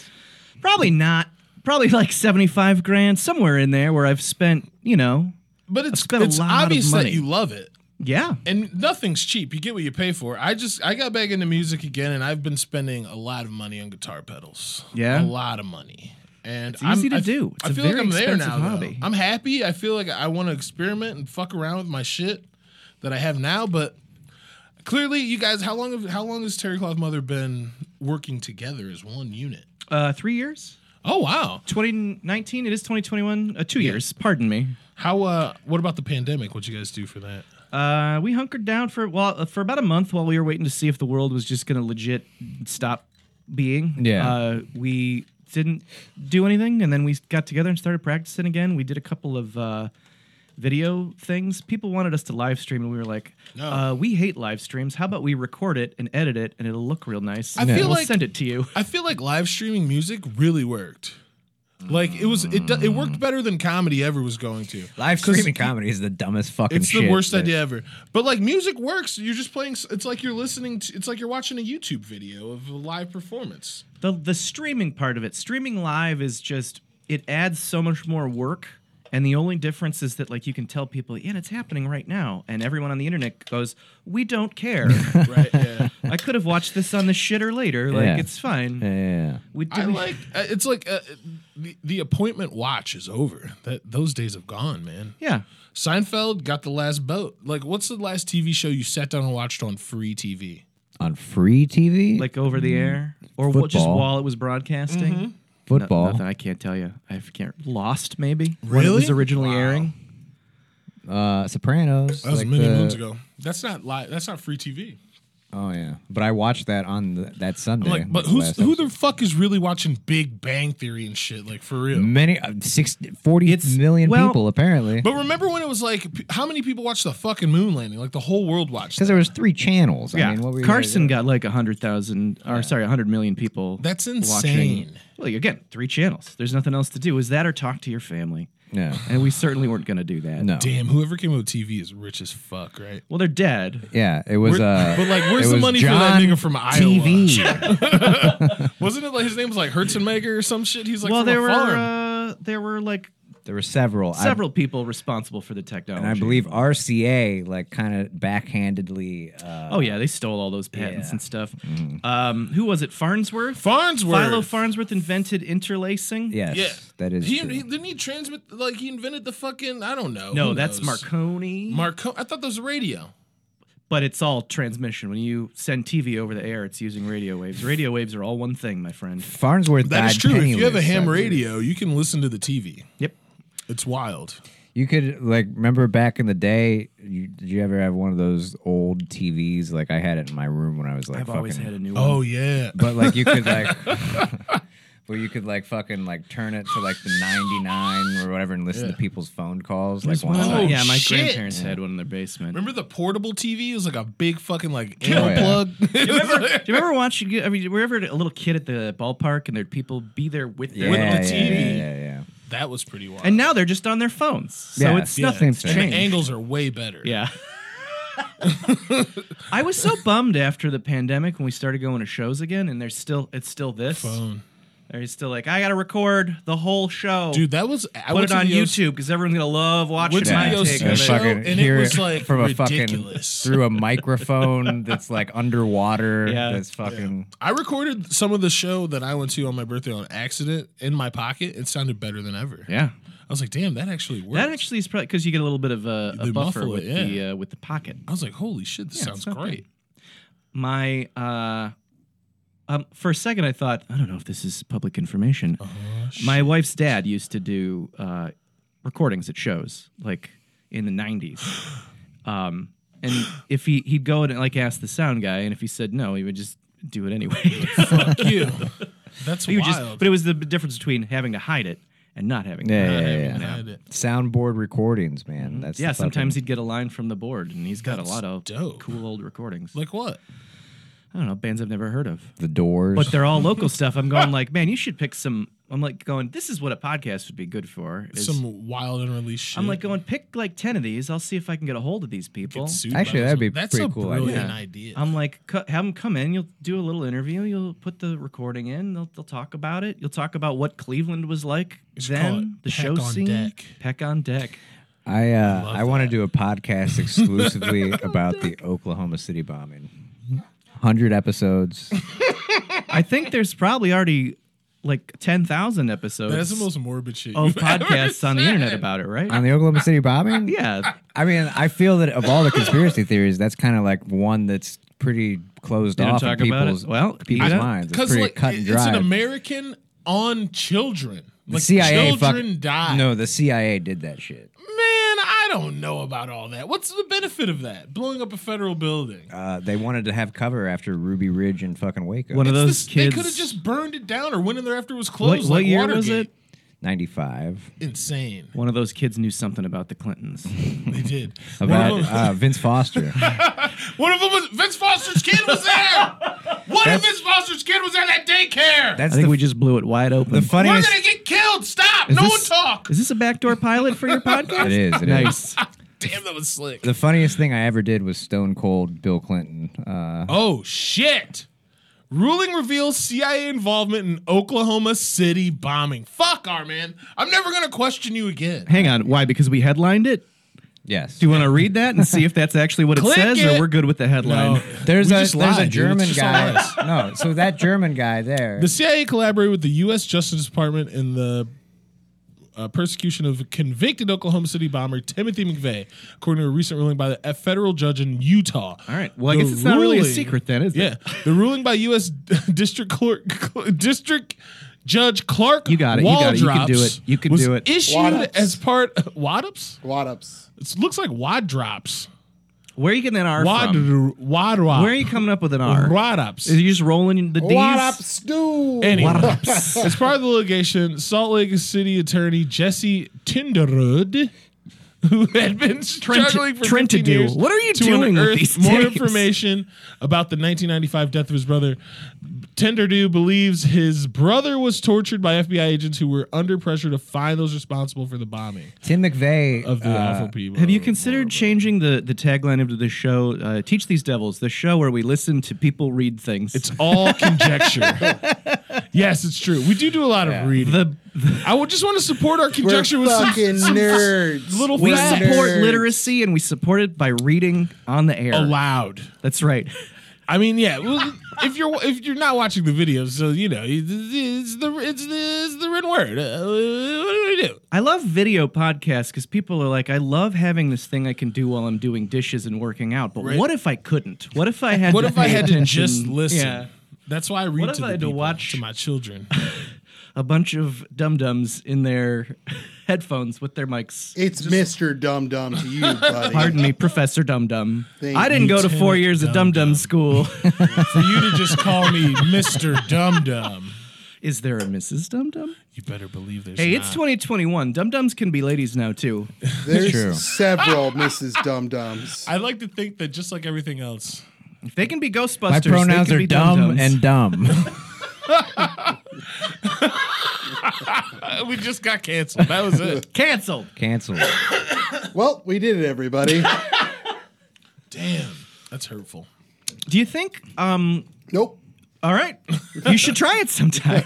C: Probably not. probably like 75 grand, somewhere in there where I've spent, you know,
B: But it's
C: spent a
B: it's
C: lot of
B: obvious that
C: money.
B: you love it.
C: yeah.
B: And nothing's cheap. You get what you pay for. I just I got back into music again and I've been spending a lot of money on guitar pedals.
C: Yeah?
B: A lot of money. And it's
C: easy to do. It's
B: I
C: a
B: feel
C: very
B: like I'm there
C: expensive
B: now. though.
C: hobby.
B: I'm happy. I feel like I want to experiment and fuck around with my shit that I have now, but clearly you guys how long have how long has Terry Cloth Mother been working together as one unit?
C: Uh, three years?
B: Oh wow.
C: 2019, it is 2021. Uh, two years, pardon me.
B: How uh what about the pandemic? What'd you guys do for that?
C: Uh, we hunkered down for well uh, for about a month while we were waiting to see if the world was just gonna legit stop being.
D: Yeah.
C: Uh, we didn't do anything, and then we got together and started practicing again. We did a couple of uh, video things. People wanted us to live stream, and we were like,
B: No.
C: uh, "We hate live streams. How about we record it and edit it, and it'll look real nice.
B: I
C: and
B: feel
C: we'll
B: like-
C: send it to you."
B: I feel like live streaming music really worked. Like it was, it do- it worked better than comedy ever was going to.
D: Live
B: 'Cause
D: streaming comedy is the dumbest fucking.
B: It's the
D: shit
B: worst
D: that-
B: idea ever. But like music works. You're just playing. s- It's like you're listening to. It's like you're watching a YouTube video of a live performance.
C: the the streaming part of it streaming live is just it adds so much more work and the only difference is that like you can tell people yeah it's happening right now and everyone on the internet goes we don't care
B: Right. Yeah.
C: i could have watched this on the shitter later like
D: Yeah.
C: it's fine
D: Yeah.
C: we did
B: I like. uh, It's like uh, the the appointment watch is over. That those days have gone, man.
C: yeah
B: Seinfeld got the last boat. Like, what's the last TV show you sat down and watched on free TV?
D: On free TV,
C: like over the air or what just
D: Mm-hmm. Football.
C: while it was broadcasting
B: Mm-hmm.
C: No-
D: football.
C: nothing i can't tell you i can't lost maybe when it
B: Really?
C: was originally airing
D: uh, Sopranos.
B: That was
D: like
B: many
D: the-
B: moons ago. That's not live. That's not free TV.
D: Oh yeah, but I watched that on the, that Sunday.
B: I'm like, but
D: the
B: who's
D: last
B: who
D: episode.
B: the fuck is really watching Big Bang Theory and shit like for real?
D: many uh, six, 40
C: It's-
D: million
C: well-
D: people apparently
B: But remember when it was like, p- how many people watched the fucking moon landing? Like the whole world watched.
D: because
B: That.
D: there was three channels.
C: Yeah,
D: I mean, what were you gonna
C: Carson
D: do?
C: got like a hundred thousand, or sorry, a hundred million people.
B: That's
C: watching.
B: insane.
C: Well, again, three channels. There's nothing else to do. Is that or talk to your family?
D: No,
C: And we certainly weren't going to do that.
D: no.
B: Damn, whoever came up with TV is rich as fuck, right?
C: Well, they're dead.
D: Yeah, it was.
B: We're-
D: uh,
B: but, like, where's
D: it
B: the
D: was
B: money for that
D: John
B: nigga from Iowa?
D: TV.
B: Wasn't it like his name was like Herzenmaker or some shit? He's like
C: well,
B: from a
C: there were
B: farm.
C: uh, there were like
D: there were several. I-
C: several people responsible for the technology.
D: and I believe RCA like kind of backhandedly. Uh,
C: Oh yeah, they stole all those patents
D: Yeah.
C: and stuff.
D: Mm-hmm.
C: Um, who was it? Farnsworth.
B: Farnsworth.
C: Philo Farnsworth invented interlacing.
D: yes,
B: Yeah,
D: that is.
B: He,
D: true.
B: he didn't he transmit like he invented the fucking I don't know.
C: No,
B: Who
C: that's
B: knows?
C: Marconi.
B: Marco. I thought that was radio.
C: but it's all transmission. When you send TV over the air, it's using radio waves. Radio waves are all one thing, my friend.
D: Farnsworth.
B: That is
D: died
B: true. If you have a
D: penniless,
B: ham
D: I believe.
B: radio, you can listen to the TV.
C: Yep.
B: It's wild.
D: You could like remember back in the day. You, did you ever have one of those old TVs? Like I had it in my room when I was like.
C: I've
D: fucking,
C: always had a new one.
B: Oh yeah.
D: But like you could like. Where you could like fucking like turn it to like the ninety nine or whatever and listen to people's phone calls like once.
B: one-
D: a-
B: Oh,
C: yeah, my
B: shit.
C: grandparents had one in their basement.
B: Remember the portable TV? It was like a big fucking like
D: Oh,
B: anal
D: yeah.
B: plug. It was
C: Do
B: like-
C: you remember watching? I mean, wherever a little kid at the ballpark and there'd people be there with
D: yeah,
C: their
B: With
D: yeah,
B: the
D: yeah,
B: TV.
D: yeah, yeah.
B: that was pretty wild.
C: And now they're just on their phones, so
D: Yeah.
C: it's
D: Yeah.
C: nothing's
D: Same thing.
B: And
C: changed.
B: the angles are way better.
C: yeah. I was so bummed after the pandemic when we started going to shows again, and there's still it's still this.
B: Phone.
C: Or it's still like I got to record the whole show,
B: Dude, that was I
C: Put
B: went
C: it
B: to
C: on
B: the uh, OC
C: YouTube because everyone's gonna love watching
B: Went to
C: my
B: the
C: take
B: OC
C: of it.
B: show. and it
D: hear
B: was, like,
D: from a
B: ridiculous.
D: fucking through a microphone that's like underwater.
C: Yeah.
D: that's fucking.
B: I recorded some of the show that I went to on my birthday on accident in my pocket. It sounded better than ever.
C: Yeah,
B: I was like, damn, that actually worked.
C: that actually is probably because you get a little bit of a, a
B: They
C: buffer
B: muffle it,
C: with
B: yeah.
C: the uh, with the pocket.
B: I was like, holy shit, this
C: Yeah,
B: sounds
C: it's not
B: great.
C: my uh um for a second I thought I don't know if this is public information.
B: Uh-huh,
C: my wife's dad used to do uh recordings at shows like in the 90s. Um and if he he'd go and like ask the sound guy and if he said no, he would just do it anyway.
B: Fuck you. That's
C: he would just
B: wild.
C: but it was the difference between having to hide it and not having to
D: Yeah,
C: hide
D: yeah,
C: it.
D: yeah.
B: I
D: yeah.
B: had it.
D: Soundboard recordings, man. That's
C: Yeah,
D: the
C: sometimes
D: fucking-
C: he'd get a line from the board, and he's got a
B: That's
C: lot of
B: dope.
C: cool old recordings.
B: Like what?
C: I don't know, bands I've never heard of.
D: the doors.
C: but they're all local stuff. I'm going like, man, you should pick some I'm like going, this is what a podcast would be good for. is-
B: Some wild and released shit.
C: I'm like going, pick like ten of these. I'll see if I can get a hold of these people.
B: Get sued
D: Actually,
B: by
D: that'd
B: those.
D: be
B: That's
D: pretty
B: a
D: cool idea.
B: brilliant
C: Yeah.
B: idea.
C: I'm like, cu- have them come in. You'll do a little interview. You'll put the recording in. They'll, they'll talk about it. You'll talk about what Cleveland was like
B: should call
C: then.
B: it
C: The
B: Peck
C: show
B: on
C: scene.
B: Deck.
C: Peck on deck.
D: I uh,
B: Love
D: I want to
B: that.
D: do a podcast exclusively about the Oklahoma City bombing. Hundred episodes.
C: I think there's probably already like ten thousand episodes
B: That's the most morbid shit.
C: of
B: you've ever
C: Oh, podcasts on the
B: said.
C: internet about it, right?
D: on the Oklahoma City bombing?
C: yeah.
D: I mean, I feel that of all the conspiracy theories, that's kind of like one that's pretty closed
C: You don't
D: off in
C: talk about it?
D: people's
C: Well,
D: people's
C: I-
D: minds. It's
B: Because
D: pretty
B: like
D: cut and
B: it- it's
D: dry.
B: an American on children.
D: the
B: Like
D: CIA fuck-
B: children die.
D: No, the CIA did that shit.
B: Man, I don't know about all that. What's the benefit of that? Blowing up a federal building.
D: Uh, they wanted to have cover after Ruby Ridge and fucking Waco.
C: One of
B: It's
C: those
B: this-
C: kids.
B: They could have just burned it down or went in there after it was
C: what,
B: closed.
C: what
B: like
C: year
B: Watergate.
C: was it?
D: Ninety-five
B: Insane.
C: One of those kids knew something about the Clintons.
B: They did.
D: about
B: one, of them,
D: uh, Vince Foster.
B: one of them was Vince Foster's kid was there. One of Vince Foster's kid was at that daycare.
C: I
D: That's
C: think
D: the,
C: we just blew it wide open.
D: the
B: We're
D: funniest.
B: gonna get killed. Stop.
C: Is
B: no
C: this-
B: one talk.
C: Is this a backdoor pilot for your podcast?
D: It is. it is.
C: Nice.
B: Damn, that was slick.
D: The funniest thing I ever did was Stone Cold Bill Clinton. Uh,
B: Oh shit! Ruling reveals CIA involvement in Oklahoma City bombing. Fuck our man. I'm never gonna question you again.
C: Hang on. Why? Because we headlined it?
D: yes.
C: Do you want to read that and see if that's actually what it
B: Click
C: says,
B: it.
C: or we're good with the headline?
B: No.
D: There's
B: We
D: a
B: just
D: there's
B: lied,
D: a
B: dude.
D: German
B: It's just
D: guy.
B: on us.
D: no, so that German guy there.
B: The CIA collaborated with the U.S. Justice Department in the uh, persecution of convicted Oklahoma City bomber Timothy McVeigh, according to a recent ruling by the, a federal judge in Utah.
C: All right. Well, I guess it's not really a secret then, is it?
B: Yeah. The ruling by U.S. District Court District Judge Clark
C: You got it, you got it, you can do
B: Waldrops
C: it, you can
B: was
C: do it.
B: Issued
E: Wadups.
B: as part Wadups.
E: Wad ups.
B: It looks like Wad drops.
C: Where are you getting that R
B: Wad
C: from?
B: Wad
C: Where are you coming up with an R?
B: Wadups.
C: Is you just rolling the D's?
E: Wad ups, do.
B: Anyway, as part of the litigation, Salt Lake City attorney Jesse Tinderud, who had been
C: Trent-
B: struggling for
C: Trent to
B: 15
C: do.
B: years
C: What are you
B: to
C: doing with
B: unearth
C: these
B: more
C: days?
B: information about the 1995 death of his brother. Tinderud believes his brother was tortured by FBI agents who were under pressure to find those responsible for the bombing
D: Tim McVeigh
B: of the
D: uh,
B: awful people.
C: Have you considered changing the, the tagline of the show, uh, Teach These Devils, the show where we listen to people read things?
B: It's all conjecture. yes, it's true. We do do a lot of reading.
C: the, the
B: I would just want to support our
E: We're
B: conjecture with some
E: fucking nerds.
B: little
C: We
B: facts.
C: support
E: Nerds.
C: literacy and we support it by reading on the air.
B: allowed.
C: That's right.
B: I mean, yeah. Well, if you're if you're not watching the videos, so you know it's the it's the, it's the written word. Uh, what do we do?
C: I love video podcasts because people are like, I love having this thing I can do while I'm doing dishes and working out. But
B: Right.
C: what if I couldn't? What if I had?
B: What
C: to
B: if I
C: pay
B: had to
C: attention?
B: just listen?
C: Yeah,
B: That's why I read
C: What if
B: to
C: I
B: the
C: had to
B: people,
C: watch-
B: to my children.
C: a bunch of dum dums in their headphones with their mics.
E: It's Mr. Dum Dum to you, buddy.
C: Pardon me, Professor Dum Dum.
E: Thank
C: I didn't
E: you,
C: go to four
B: Lieutenant
C: years of
B: Dum
C: Dum Dum
B: Dum.
C: school.
B: For you to just call me Mister Dum Dum,
C: Is there a Mrs. Dum Dum?
B: you better believe there's.
C: Hey,
B: not.
C: it's 2021. Dum Dums can be ladies now too.
E: There's
D: True.
E: several Mrs. Dum Dums.
B: I like to think that just like everything else,
C: If they can be Ghostbusters.
D: My
C: they
D: pronouns
C: can
D: are
C: be
D: dumb
C: Dum Dums.
D: and dumb.
B: uh, we just got canceled. That was it.
C: canceled.
D: Cancel.
E: Well, we did it, everybody.
B: Damn, that's hurtful.
C: Do you think? Um,
E: nope.
C: All right. You should try it sometime.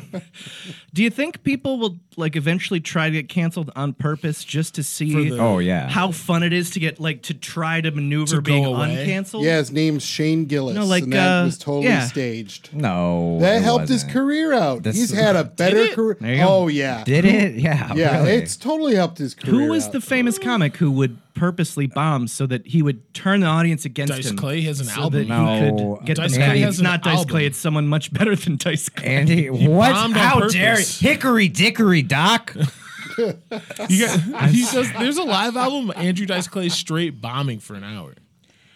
C: Do you think people will like eventually try to get canceled on purpose just to see
B: For the-
D: Oh yeah.
C: how fun it is to get like to try to
B: To
C: maneuver
B: go
C: being
B: away?
C: uncanceled?
E: Yeah, his name's Shane Gillis,
C: No, like,
E: and that
C: uh,
E: was totally
C: yeah.
E: staged.
D: no.
E: That
D: it
E: helped
D: wasn't.
E: his career out.
D: That's-
E: He's had a better
B: it?
E: career.
C: There you go.
E: Oh yeah,
D: Did it? Yeah.
E: yeah.
D: really.
E: It's totally helped his career.
C: Who was
E: out.
C: the famous comic who would purposely bomb so that he would turn the audience against
B: Dice
C: him?
B: Clay has an
C: so
B: album.
C: That
D: No.
C: he could get
B: Oh, Dice
C: the
B: Clay
C: Clay
B: has
C: It's
B: an
C: not Dice
B: album.
C: Clay. It's someone much better than Dice Clay.
D: Andy, what?
B: bombed on
D: How
B: purpose.
D: dare you? Hickory Dickory Doc?
B: You got, he says there's a live album of Andrew Dice Clay straight bombing for an hour.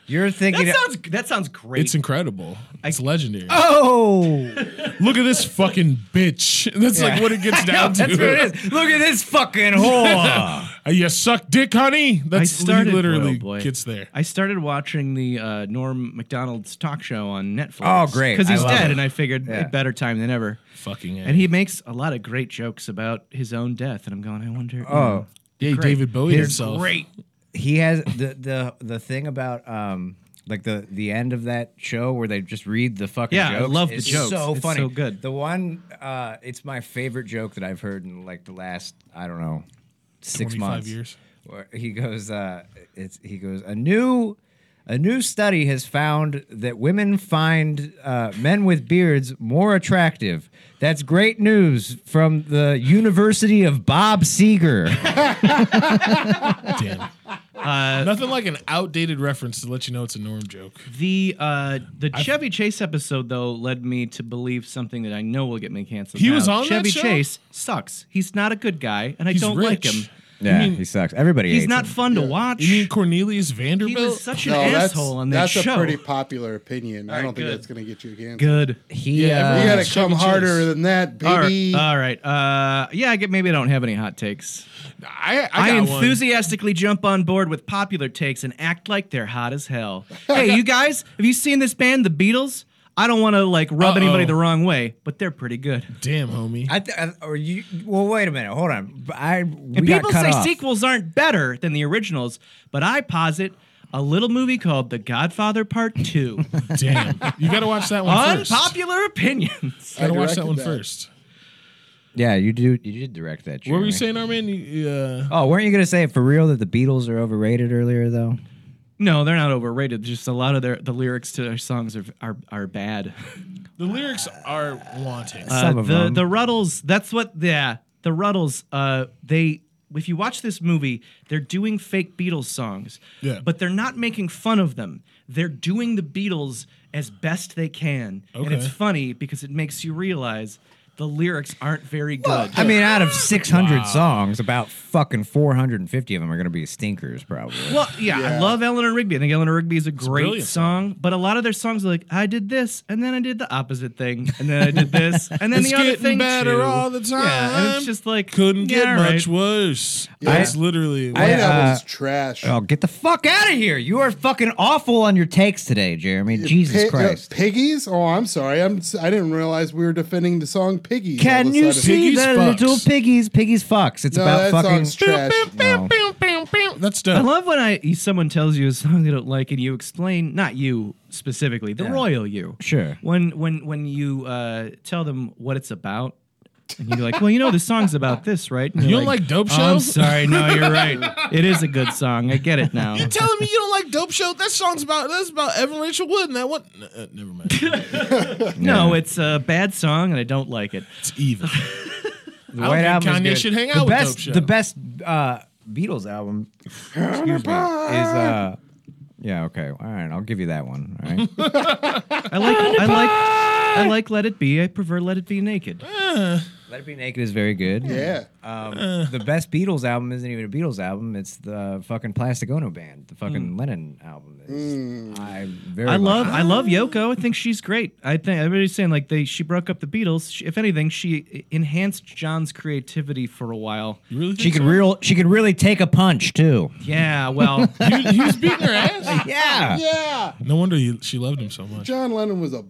D: You're
C: That
D: thinking.
C: sounds that sounds great.
B: It's incredible. It's legendary.
D: oh,
B: Look at this fucking bitch. That's like what it gets down
D: that's what
B: to.
D: it is. Look at this fucking whore.
B: Uh, you suck dick, honey. That's
C: I started
B: he literally
C: oh, boy.
B: gets there.
C: I started watching the uh, Norm Macdonald's talk show on Netflix.
D: Oh, great.
C: Because
D: I
C: he's
D: love
C: dead,
D: it.
C: and I figured
D: Yeah.
C: a better time than ever.
B: Fucking
C: And he makes a lot of great jokes about his own death, and I'm going, I wonder. mm,
D: Oh,
B: yeah,
C: great.
B: David Bowie
D: His
B: himself.
C: great.
D: he has the the the thing about um like the the end of that show where they just read the fucking
C: Yeah, I
D: jokes
C: love the
D: is
C: jokes.
D: so
C: It's
D: funny
C: so good.
D: the one uh it's my favorite joke that i've heard in like the last i don't know six
B: 25
D: months
B: years.
D: where he goes uh it's he goes a new a new study has found that women find uh, men with beards more attractive. That's great news from the University of Bob Seeger.
B: Damn.
C: Uh,
B: Nothing like an outdated reference to let you know it's a norm joke.
C: The uh, the Chevy Chase episode though led me to believe something that I know will get me canceled.
B: He
C: now.
B: was on that
C: Chevy
B: show?
C: Chase sucks. He's not a good guy, and I
B: He's
C: don't like
B: rich.
C: him.
D: Yeah,
B: You mean-
D: he sucks. Everybody.
C: He's
D: hates
C: not
D: him.
C: fun to watch.
B: You mean Cornelius
C: he
B: Vanderbilt?
C: was such an
E: No, that's,
C: asshole on that
E: that's
C: show.
E: a pretty popular opinion. I
C: right,
E: don't think
C: good.
E: that's going to get you canceled.
C: good.
D: He.
B: Yeah,
D: uh,
E: You got to
B: Chevy
E: come
B: Chase.
E: harder than that,
C: All right.
E: baby.
C: All right. Uh, yeah, I get, maybe I don't have any hot takes.
B: I, I,
C: I,
B: got one.
C: enthusiastically jump on board with popular takes and act like they're hot as hell. hey, you guys, have you seen this band, The Beatles? I don't want to like rub
B: Uh-oh.
C: anybody the wrong way, but they're pretty good.
B: Damn, homie.
D: I th- I- or you? Well, wait a minute. Hold on. I. We
C: And
D: got
C: people
D: cut
C: say
D: off.
C: sequels aren't better than the originals, but I posit a little movie called The Godfather Part 2.
B: Damn. You got to watch that one first.
C: Unpopular opinions.
B: Got to watch that
E: directed
B: one
E: that.
B: first.
D: Yeah, you do. You did direct that.
B: What were you
D: Jeremy.
B: saying, Armin? You- Uh,
D: Oh, weren't you gonna say for real that the Beatles are overrated earlier though?
C: No, they're not overrated. Just a lot of their the lyrics to their songs are are, are bad.
B: the lyrics are wanting.
C: Uh,
D: Some of
C: the
D: them.
C: the Ruddles. That's what. Yeah, the Ruddles. Uh, they. If you watch this movie, they're doing fake Beatles songs.
B: Yeah.
C: But they're not making fun of them. They're doing the Beatles as best they can, and it's
B: Okay.
C: funny because it makes you realize the lyrics aren't very good.
D: I mean, out of 600 songs, about fucking 450 of them are gonna be stinkers, probably.
C: Well, yeah, I
E: Yeah.
C: love Eleanor Rigby. I think Eleanor Rigby is a great
B: brilliant
C: song, but a lot of their songs are like, I did this, and then I did the opposite thing, and then I did this, and then
B: It's
C: the other
B: getting
C: thing
B: better
C: too.
B: all the time.
C: Yeah, and it's just like
B: Couldn't
C: yeah,
B: get
C: all
B: much
C: right.
B: worse.
E: Yeah.
B: That's literally.
E: That
D: uh,
E: was trash.
D: oh, get the fuck out of here! You are fucking awful on your takes today, Jeremy. Jesus
E: Pig- uh,
D: Christ.
E: piggies? Oh, I'm sorry. I'm. s- I didn't realize we were defending the song "Piggies." all
D: Can
E: of a
D: you
E: sudden.
D: see
B: Piggies
D: the
B: fucks.
D: little piggies? Piggies fucks. It's
E: No,
D: about
E: that
D: fucking.
E: song's trash.
D: No.
B: That's
C: I
B: dope.
C: love when I someone tells you a song they don't like, and you explain not you specifically, the royal you.
D: Sure.
C: When when when you uh, tell them what it's about, and you're like, well, you know, the song's about this, right? And
B: You
C: you're
B: don't like Dope
C: "Oh, I'm
B: Show?"
C: sorry, no, you're right. It is a good song. I get it now.
B: You telling me you don't like Dope Show? That song's about that's about Evan Rachel Wood and that one. n- uh, never mind.
C: No, it's a bad song, and I don't like it.
B: It's evil.
D: The
B: I don't
D: White
B: think
D: Album is
B: Kanye
D: good.
B: should hang
D: the
B: out with
D: best,
B: Dope Show.
D: The best uh, Beatles album, excuse me, is uh, yeah, okay, all right, I'll give you that one. All right,
C: I like I like I like Let It Be. I prefer Let It Be Naked.
D: Let It Be Naked is very good.
E: Yeah.
C: Uh.
D: Um, the best Beatles album isn't even a Beatles album; it's the fucking Plastic Ono Band, the fucking Lennon album. Is, I very
C: Hmm. I
D: much
C: love I love Yoko. I think she's great. I think everybody's saying like they she broke up the Beatles. She, if anything, she enhanced John's creativity for a while.
B: You really
D: She
B: think
D: could real. She could really take a punch too.
C: Yeah, well,
B: so? he, he was beating her ass.
C: Ah.
D: Yeah.
E: yeah.
B: No wonder you, she loved him so much.
E: John Lennon was a
C: he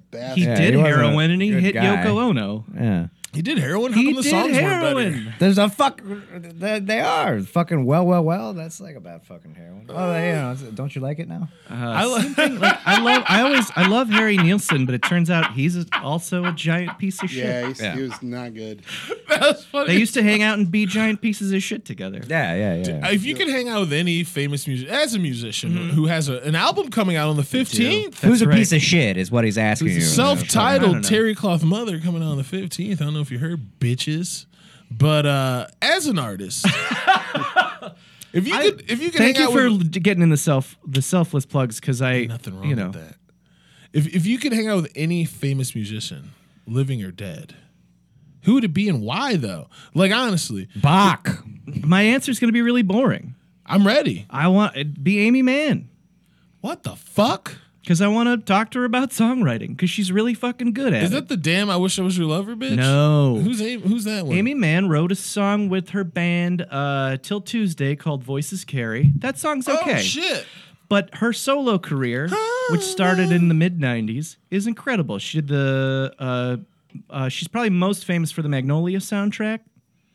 E: bastard.
D: Yeah,
C: did
D: he wasn't a
C: heroin and he
D: good
C: hit
D: guy.
C: Yoko Ono.
D: Yeah.
B: He did heroin. How
C: He
B: come the
C: did
B: songs weren't better?
C: heroin.
D: There's a fuck. They, they are fucking well, well, well. That's like about fucking heroin. Oh, they, you know, it's- don't you like it now?
B: I love.
C: Uh, Like I love I always I love Harry Nielsen, but it turns out he's a, also a giant piece of shit.
E: Yeah, he's,
D: Yeah.
E: he was not good.
C: They used to hang out and be giant pieces of shit together.
D: Yeah, yeah, yeah.
B: Uh, If you could hang out with any famous music as a musician
C: Mm-hmm.
B: who has a, an album coming out on the fifteenth,
D: Who's a
C: right.
D: piece of shit is what he's asking you.
C: I don't
B: self-titled
C: know.
B: Terry Cloth Mother coming out on the fifteenth. I don't know if you heard, bitches, but uh, as an artist, if you could, if you could,
C: Thank
B: hang
C: you
B: out
C: for
B: with,
C: l- getting in the self the selfless plugs because I
B: nothing wrong
C: you know
B: with that. If if you could hang out with any famous musician, living or dead, who would it be and why though? Like honestly,
D: Bach.
C: my answer is going to be really boring.
B: I'm ready.
C: I want it'd be Amy Mann.
B: What the fuck?
C: because I want to talk to her about songwriting because she's really fucking good at
B: Is
C: it.
B: that the damn I wish I was your lover, bitch?
C: No.
B: Who's Amy, who's that one?
C: Amy Mann wrote a song with her band uh, Till Tuesday called Voices Carry. That song's
B: Oh
C: okay.
B: shit.
C: But her solo career, which started in the mid 90s, is incredible. She did the. Uh, uh, she's probably most famous for the Magnolia soundtrack.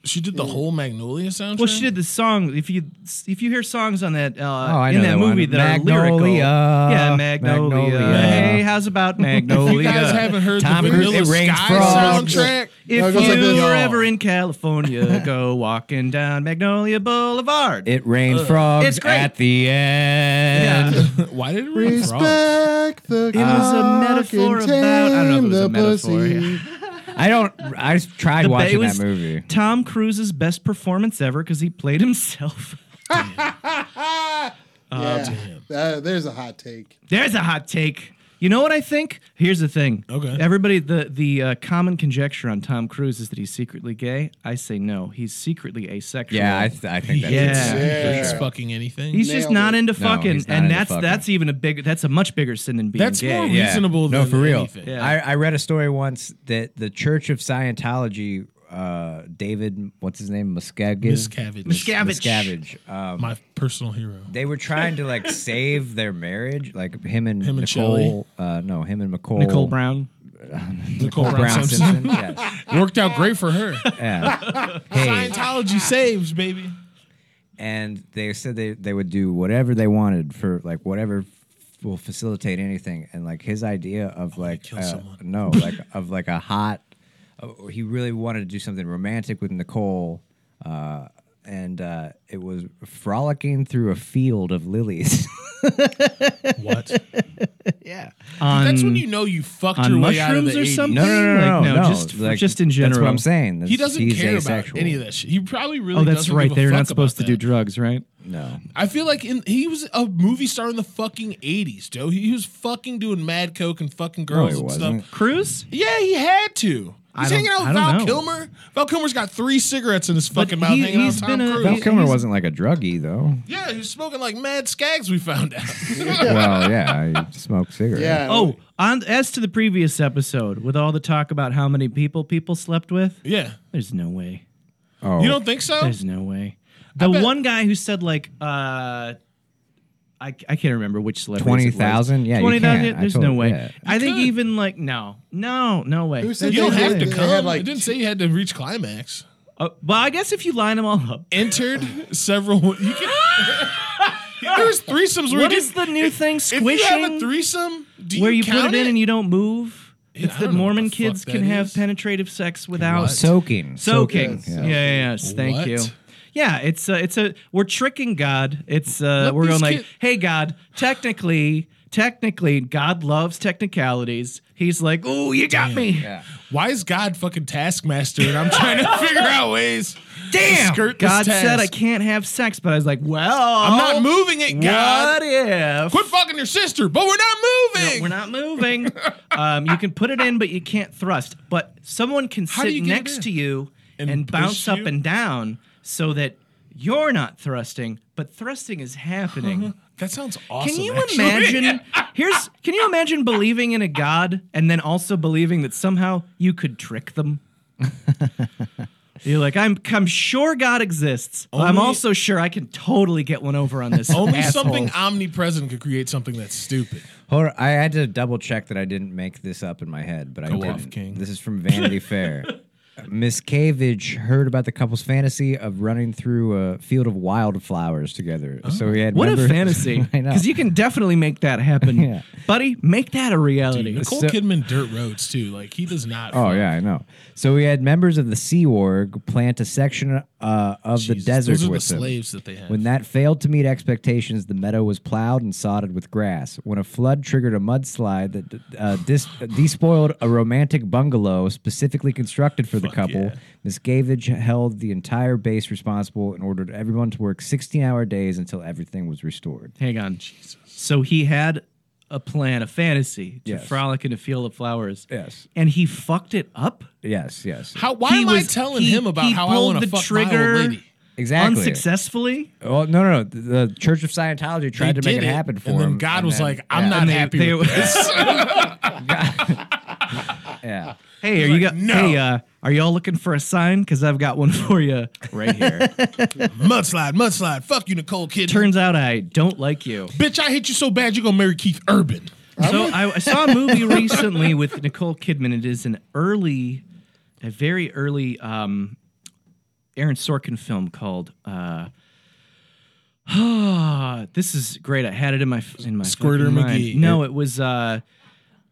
B: She did the whole Magnolia soundtrack.
C: Well, she did the song. If you if you hear songs on that uh,
D: I
C: in
D: know
C: that
D: that one.
C: movie that are lyrical,
D: Magnolia.
C: yeah, Magnolia.
D: Magnolia.
C: Hey, how's about Magnolia?
B: If you guys haven't heard
D: Tom
B: the
D: Cruise,
B: Vanilla
D: It Rains
B: Sky
D: Frogs.
B: soundtrack,
C: If
E: Yeah, it
C: you
E: goes like this.
C: were ever in California, go walking down Magnolia Boulevard.
D: It rained frogs
C: it's great.
D: at the end.
C: Yeah.
B: why did it rain frogs?
E: Respect the
C: It was a
E: cock
C: metaphor
E: and
C: about- I don't know if it
E: tame
C: was a
E: the
C: metaphor,
E: pussy.
D: I don't. I just tried
C: The
D: watching
C: ba- it was
D: that movie.
C: Tom Cruise's best performance ever because he played himself. Um,
E: Yeah. Uh, there's a hot take.
C: There's a hot take. You know what I think? Here's the thing.
B: Okay.
C: Everybody, the the uh, common conjecture on Tom Cruise is that he's secretly gay. I say no. He's secretly asexual.
D: Yeah, I, th- I think that's
C: Yeah.
D: it.
B: He
E: Yeah.
B: hates fucking anything.
C: he's just
E: Nailed
C: not
E: it.
C: into
D: No,
C: fucking,
D: he's not
C: and
D: into
C: that's
D: fucking.
C: that's even a big. That's a much bigger sin than being
B: That's
C: gay.
B: more
D: Yeah.
B: reasonable
D: No,
B: than
D: for real.
B: anything.
C: Yeah.
D: I, I read a story once that the Church of Scientology, uh, David, what's his name,
B: Miss
D: Miscavige,
B: Cavage,
C: Miscavige.
D: Miscavige. Um,
B: my personal hero.
D: they were trying to like save their marriage, like him and
B: Him and
D: Nicole. uh, no, him and McCole.
C: Nicole Brown.
B: Nicole Brown,
D: Brown
B: Simpson.
D: Simpson. yeah.
B: Worked out great for her.
D: yeah. Hey,
B: Scientology saves, baby.
D: and they said they, they would do whatever they wanted for like whatever f- will facilitate anything and like his idea of like
B: kill
D: uh,
B: Oh, someone.
D: no like of like a hot oh, he really wanted to do something romantic with nicole uh, and uh, it was frolicking through a field of lilies
B: What?
D: yeah
C: On,
B: That's when you know you fucked
C: on
B: your way out of the
C: mushrooms or
B: 80s.
C: something?
D: no no no
C: Like,
D: no,
C: no,
D: no,
C: just- just in
D: that's
C: general.
D: what i'm saying
B: He
D: That's-
B: doesn't
D: he's
B: care
D: asexual.
B: about any of that shit. He probably really.
C: Oh, that's
B: doesn't
C: right.
B: give a
C: They're
B: fuck
C: not supposed to
B: about
C: do
B: that.
C: drugs, right?
D: no
B: I feel like in, he was a movie star in the fucking eighties, Joe. He, he was fucking doing mad coke and fucking girls
D: he
B: and
D: wasn't.
B: stuff.
C: Cruise?
B: Yeah, he had to. He's
C: don't-
B: hanging out
C: I
B: with
C: don't
B: Val
C: know.
B: Kilmer. Val Kilmer's got three cigarettes in his
C: But
B: fucking mouth.
C: he-
B: hanging out
C: he's
B: with
C: been
B: Tom
C: a-
B: Cruise.
D: Val
C: He's-
D: Kilmer
C: he's-
D: wasn't like a druggie though.
B: Yeah, he was smoking like mad skags. We found out.
D: well, Oh, yeah, he smoked cigarettes.
E: Yeah.
C: Oh, on, as to the previous episode, with all the talk about how many people people slept with,
B: yeah,
C: there's no way.
D: Oh,
B: you don't think so?
C: There's no way. The
B: bet-
C: one guy who said like, uh, I, I can't remember which celebrity.
D: 20,000? Yeah, you
C: twenty
D: can't.
C: thousand.
D: I
C: There's
D: told-
C: no way.
D: yeah.
C: I think
B: could.
C: even like no, no, no way.
E: Who said
B: You don't
E: they
B: have
E: did?
B: to
E: They
B: come.
E: had, like,
B: it didn't say you had to reach climax.
C: Uh, well, I guess if you line them all up,
B: Entered several. You can, there's threesomes. Where
C: what
B: you
C: is
B: can-
C: the new thing?
B: If you have a
C: Squishing,
B: threesome, do
C: where you put
B: count
C: it in and you don't move. It's
B: I
C: that
B: don't know what
C: Mormon
B: the fuck
C: kids
B: that
C: can have
B: is.
C: penetrative sex without
B: What?
D: soaking?
C: soaking.
E: Soaking.
C: Yeah, yeah, yes. Thank
B: What?
C: you. Yeah, it's uh, it's a we're tricking God. It's uh,
B: Let
C: we're going
B: these
C: like,
B: kid-
C: hey God, technically, technically, God loves technicalities. He's like, oh, you got me.
B: Why is God fucking taskmaster and I'm trying to figure out ways?
C: Damn.
B: Skirt this
C: God said
B: task.
C: I can't have sex, but I was like, well,
B: I'm not moving it, God.
C: What if?
B: Quit fucking your sister, but we're not moving.
C: No, we're not moving. um, you can put it in, but you can't thrust. But someone can
B: How do
C: sit
B: you get it
C: next
B: in?
C: to you and,
B: And
C: bounce
B: push
C: up
B: you?
C: and down so that you're not thrusting, but thrusting is happening.
B: That sounds awesome.
C: Can you
B: actually.
C: imagine? Here's can you imagine believing in a god and then also believing that somehow you could trick them? You're like, I'm I'm sure God exists. but I'm
B: Only-
C: also sure I can totally get one over on this.
B: Only
C: asshole.
B: something omnipresent could create something that's stupid.
D: Hold on, I had to double check that I didn't make this up in my head, but I
B: Go
D: didn't.
B: off, King.
D: This is from Vanity Fair. Miss Cavage heard about the couple's fantasy of running through a field of wildflowers together.
B: Oh.
D: So we had
C: What
D: remember-
C: a fantasy!
D: I know.
C: Because you can definitely make that happen,
D: Yeah.
C: buddy. Make that a reality.
B: Nicole
D: So-
B: Kidman, Dirt Roads too. Like he does not.
D: Oh yeah, I know. So we had members of the Sea Org plant a section uh, of the
B: Jesus,
D: desert
B: Those are
D: with
B: the
D: them.
B: slaves that they have.
D: When that failed to meet expectations, the meadow was plowed and sodded with grass. When a flood triggered a mudslide that uh, dis- despoiled a romantic bungalow specifically constructed for the couple,
B: yeah.
D: Miss Gavage held the entire base responsible and ordered everyone to work 16 hour days until everything was restored.
C: Hang on. So he had a plan, a fantasy to
D: Yes.
C: frolic in a field of flowers.
D: Yes.
C: And he fucked it up.
D: Yes, yes.
B: how? Why
C: He
B: am I
C: was-
B: telling
C: he-
B: him about
C: he
B: how I
C: pulled
B: want
C: the
B: to fuck my
C: trigger
B: old lady?
D: Exactly.
C: unsuccessfully.
D: Well, no, no, no. The the Church of Scientology tried
B: They
D: to make
B: did
D: it, happen for
B: and
D: him.
B: then God
D: and
B: was
D: then-
B: like, "I'm
D: yeah,
B: not
D: and they-
B: happy
C: they-
B: with this."
D: Yeah.
C: Hey, are you got?
B: "No."
C: Hey, uh, are y'all looking for a sign? Because I've got one for you right here.
B: mudslide, mudslide. Fuck you, Nicole Kidman.
C: Turns out I don't like you.
B: Bitch, I hit you so bad you're gonna marry Keith Urban.
C: So I, I saw a movie recently with Nicole Kidman. It is an early, a very early um, Aaron Sorkin film called. Uh, this is great. I had it in my in my
B: Squirter
C: fucking mind.
B: McGee.
C: No, it was. Uh,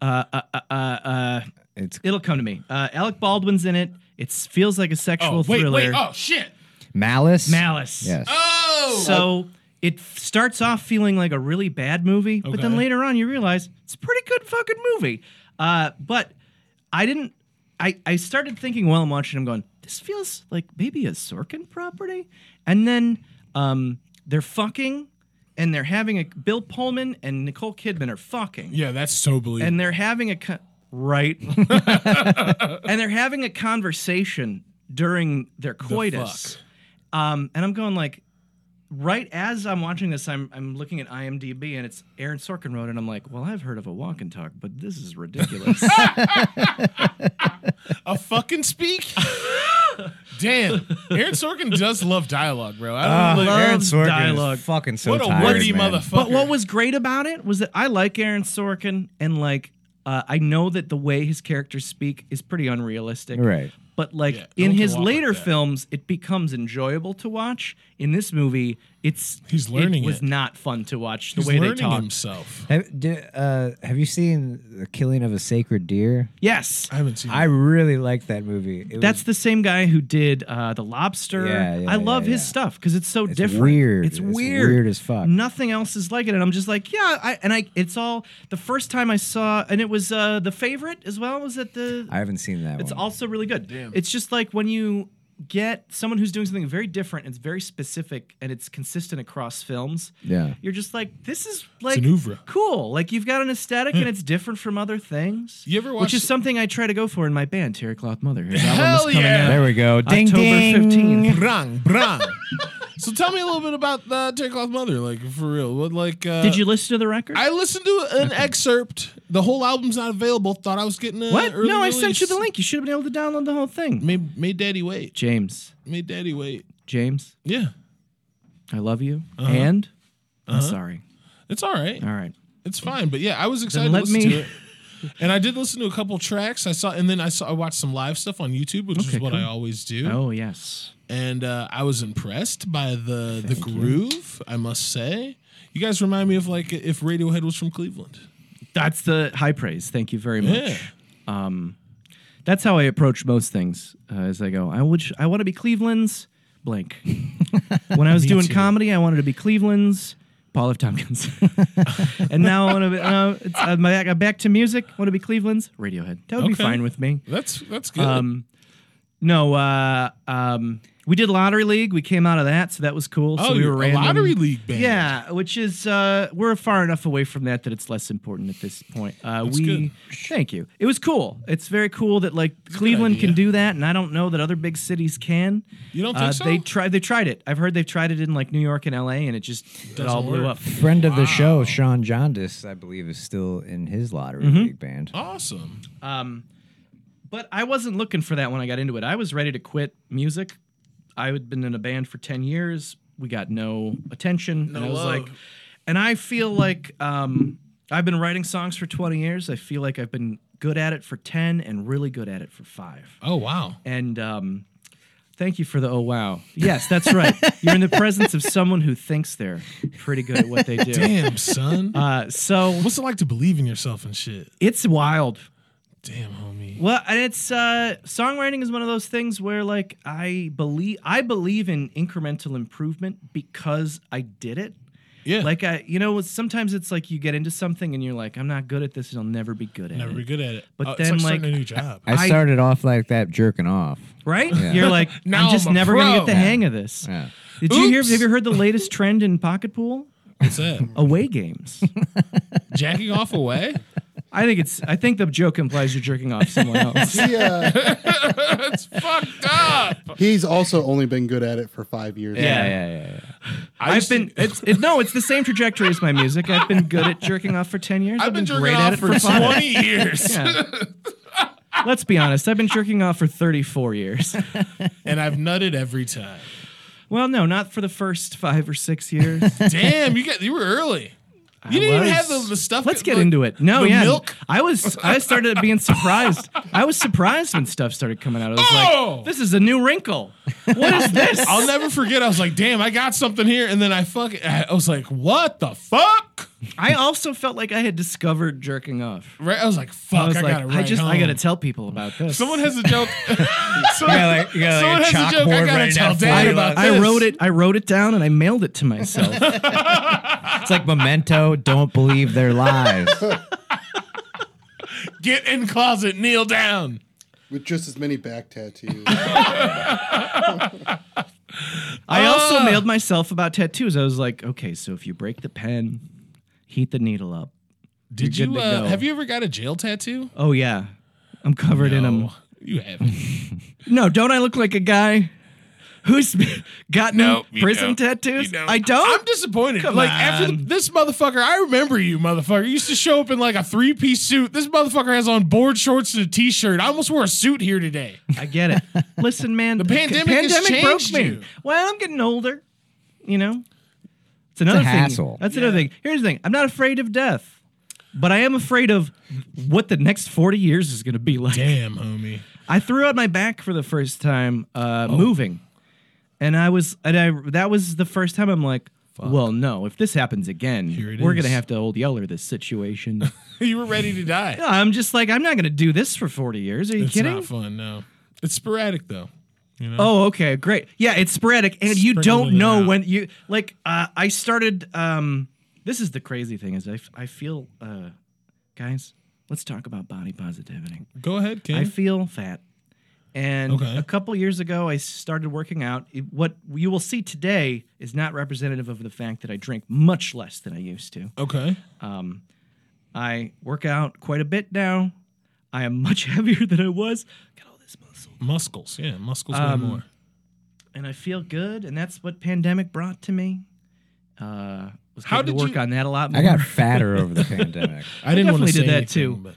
C: uh, uh, uh, uh, uh,
D: It's
C: it'll come to me. Uh, Alec Baldwin's in it. It feels like a sexual
B: Oh, wait,
C: thriller.
B: wait. Oh shit.
D: malice.
C: Malice.
D: Yes.
B: Oh.
C: So it f- starts off feeling like a really bad movie, but then
B: Okay.
C: later on you realize it's a pretty good fucking movie. Uh, but I didn't. I, I started thinking while I'm watching. I'm going, this feels like maybe a Sorkin property. And then um, they're fucking, and they're having a Bill Pullman and Nicole Kidman are fucking
B: yeah, that's so believable.
C: and they're having a con- right and they're having a conversation during their coitus um and i'm going like right as i'm watching this i'm i'm looking at imdb and it's aaron sorkin wrote it, and i'm like well i've heard of a walk and talk but this is ridiculous
B: a fucking speak. Damn, Aaron Sorkin does love dialogue, bro. I
D: Ah,
B: don't
C: love-
B: really,
D: Aaron Sorkin is
C: dialogue.
D: fucking so
B: what a
D: tired,
B: wordy
D: man.
B: motherfucker.
C: but what was great about it was that i like aaron sorkin and like uh, i know that the way his characters speak is pretty unrealistic
D: Right.
C: but like
B: Yeah,
C: in
B: don't
C: his
B: walk like
C: later
B: that.
C: films it becomes enjoyable to watch in this movie it's
B: He's learning
C: it was
B: it.
C: not fun to watch the
B: He's
C: way they
B: learning
C: talk
B: himself.
D: Have, do, uh, have you seen The Killing of a Sacred Deer?
C: yes
B: I haven't seen.
D: I really liked that movie. It
C: that's
D: was,
C: the same guy who did uh, the lobster
D: Yeah, yeah,
C: i love
D: yeah,
C: his
D: yeah.
C: stuff because it's so
D: It's
C: different
D: weird.
C: it's
D: It's
C: weird
D: weird as fuck.
C: nothing else is like it and i'm just like yeah I, and i it's all the first time i saw and it was uh, the favorite as well was that the
D: I haven't seen that
C: It's
D: one.
C: also really good. It's just like when you get someone who's doing something very different, it's very specific and it's consistent across films.
D: Yeah.
C: You're just like, this is like
B: an oeuvre. Hmm.
C: cool. Like you've got an aesthetic and it's different from other things.
B: You ever
C: Which
B: watched-
C: is something I try to go for in my band, Terry Cloth Mother. His album is
B: Hell
C: coming
B: yeah.
C: out
D: There we go. Ding,
C: October
D: ding.
C: 15th.
B: Brang, brang. so tell me a little bit about the Takeoff Mother, like for real. What like? Uh,
C: Did you listen to the record?
B: I listened to an excerpt. The whole album's not available. Thought I was getting a
C: what?
B: early
C: No, I sent you
B: release.
C: the link. You should have been able to download the whole thing.
B: Made, made daddy wait.
C: James,
B: Made daddy wait.
C: James,
B: Yeah,
C: I love you.
B: Uh-huh.
C: And I'm sorry.
B: it's all right.
C: All right.
B: It's fine, but yeah, I was excited to
C: let
B: listen
C: me-
B: to it. And I did listen to a couple tracks. I saw, and then I saw, I watched some live stuff on YouTube, which
C: Okay,
B: is what I
C: cool.
B: always do.
C: Oh, yes.
B: And uh, I was impressed by the the groove. I must say, you guys remind me of like if Radiohead was from Cleveland.
C: That's the high praise. Thank you very much.
B: Yeah.
C: Um, that's how I approach most things. Uh, as I go, I would, I want to be Cleveland's blank. when I was doing
B: too.
C: comedy, I wanted to be Cleveland's Paul F. Tompkins, and now I want to. Be, now it's, I'm, back, I'm back to music. want to be Cleveland's Radiohead. That would be
B: Okay.
C: fine with me.
B: That's that's good.
C: Um, no, uh, um, we did lottery league. We came out of that, so that was cool. so
B: Oh,
C: we
B: you're
C: were
B: a
C: random.
B: lottery league band.
C: Yeah, which is uh, we're far enough away from that that it's less important at this point. Uh, we
B: good.
C: thank you. It was cool. It's very cool that like Cleveland can
B: idea.
C: do that, and I don't know that other big cities can.
B: You don't
C: uh,
B: think so?
C: They tried. They tried it. I've heard they've tried it in like New York and L.A., and it just it
B: Doesn't
C: all blew
B: work.
C: up.
D: Friend of the show, Sean Jaundice, I believe, is still in his lottery
C: Mm-hmm.
D: league band.
B: awesome.
C: But I wasn't looking for that when I got into it. I was ready to quit music. I had been in a band for 10 years. We got no attention. and I was
B: love.
C: like, and I feel like um, I've been writing songs for 20 years. I feel like I've been good at it for 10 and really good at it for five.
B: Oh wow.
C: And um, thank you for the oh wow. Yes, that's right. You're in the presence of someone who thinks they're pretty good at what they do.
B: Damn son.
C: Uh, so
B: What's it like to believe in yourself and shit?
C: it's wild.
B: Damn homie.
C: Well, and it's uh, songwriting is one of those things where like I believe I believe in incremental improvement because I did it.
B: Yeah.
C: Like I, you know, sometimes it's like you get into something and you're like, I'm not good at this, and I'll never be good at
B: never
C: it.
B: be good at it.
C: But
B: Oh, it's
C: then,
B: starting
C: like,
B: a new job.
D: I
C: I-
D: started off like that, jerking off.
C: Right?
D: Yeah.
C: You're like,
B: Now
C: I'm just
B: I'm a
C: never gonna get the
B: pro.
C: hang of this.
D: Yeah.
C: Did you hear?
B: Oops.
C: Have you heard the latest trend in pocket pool?
B: What's that?
C: Away games.
B: Jacking off away?
C: I think it's. I think the joke implies you're jerking off someone else.
E: He, uh,
B: It's fucked up.
E: he's also only been good at it for five years.
C: Yeah.
D: yeah, yeah. yeah.
B: I
C: I've
B: used to-
C: been. It's it, no. It's the same trajectory as my music. I've been good at jerking off for ten years.
B: I've been jerking
C: great
B: off
C: at it
B: for
C: five.
B: 20 years,
C: Yeah. Let's be honest. I've been jerking off for 34 years.
B: and I've nutted every time.
C: Well, no, not for the first five or six years.
B: Damn, you got you were early. You didn't even have the, the stuff.
C: Let's get
B: the-
C: into it. No,
B: the
C: yeah,
B: milk.
C: I was. I started being surprised. I was surprised when stuff started coming out. I was
B: Oh!
C: like, "This is a new wrinkle. What is this?"
B: I'll never forget. I was like, "Damn, I got something here," and then I fuck. I was like, "What the fuck?"
C: I also felt like I had discovered jerking off.
B: Right? I was like, "Fuck, I,
C: I was like,
B: gotta." Write
C: I just, I
B: home."
C: gotta tell people about this.
B: Someone has a joke. someone
D: Yeah, like- yeah,
B: someone
D: like a
B: has a joke. I
D: chalkboard
B: gotta
D: writing
B: tell
D: down
B: Dad
D: formula.
B: about this.
C: I wrote it. I wrote it down and I mailed it to myself.
D: It's like memento. Don't believe their lies.
B: Get in closet, kneel down.
E: With just as many back tattoos.
C: I also
B: Ah.
C: mailed myself about tattoos. I was like, okay, so if you break the pen, heat the needle up.
B: Did
C: You're
B: you?
C: good to
B: Uh,
C: go.
B: have you ever got a jail tattoo?
C: Oh yeah, I'm covered in them.
B: Oh, you haven't.
C: No, don't I look like a guy who's gotten
B: you
C: prison
B: don't.
C: tattoos?
B: You don't.
C: I don't.
B: I'm disappointed.
C: Come
B: like after the,
C: on.
B: this motherfucker, I remember you, motherfucker. You used to show up in like a three piece suit. This motherfucker has on board shorts and a t shirt. I almost wore a suit here today.
C: I get it. Listen, man, the
B: pandemic has changed you.
C: Well, I'm getting older. You know, it's another thing.
D: hassle.
C: That's another thing. Here's the thing: I'm not afraid of death, but I am afraid of what the next 40 years is going to be like.
B: Damn, homie.
C: I threw out my back for the first time uh,
B: Oh.
C: moving, and I was and I that was the first time I'm like, well, no, if this happens again,
B: Here it
C: we're
B: is.
C: gonna have to old yeller this situation.
B: You were ready to die.
C: No, I'm just like, I'm not gonna do this for 40 years. Are you
B: it's
C: kidding?
B: not fun, no. It's sporadic though.
C: Oh, okay, great. Yeah, it's sporadic, and you
B: Sprinkled it
C: don't know
B: out.
C: when you like. Uh, I started. Um, this is the crazy thing is I f- I feel, uh, guys, let's talk about body positivity.
B: Go ahead, King.
C: I feel fat. And
B: Okay.
C: a couple years ago, I started working out. It- what you will see today is not representative of the fact that I drink much less than I used to. Um,
B: okay.
C: I work out quite a bit now. I am much heavier than I was. Got all this muscle,
B: Muscles. Yeah, muscles
C: Um,
B: way more.
C: and I feel good. And that's what pandemic brought to me. Uh, was
B: How
C: How did to
B: did
C: work
B: you-
C: on that a lot more.
D: I got fatter over the pandemic.
B: I didn't want to say
C: definitely did that,
B: anything,
C: too.
B: but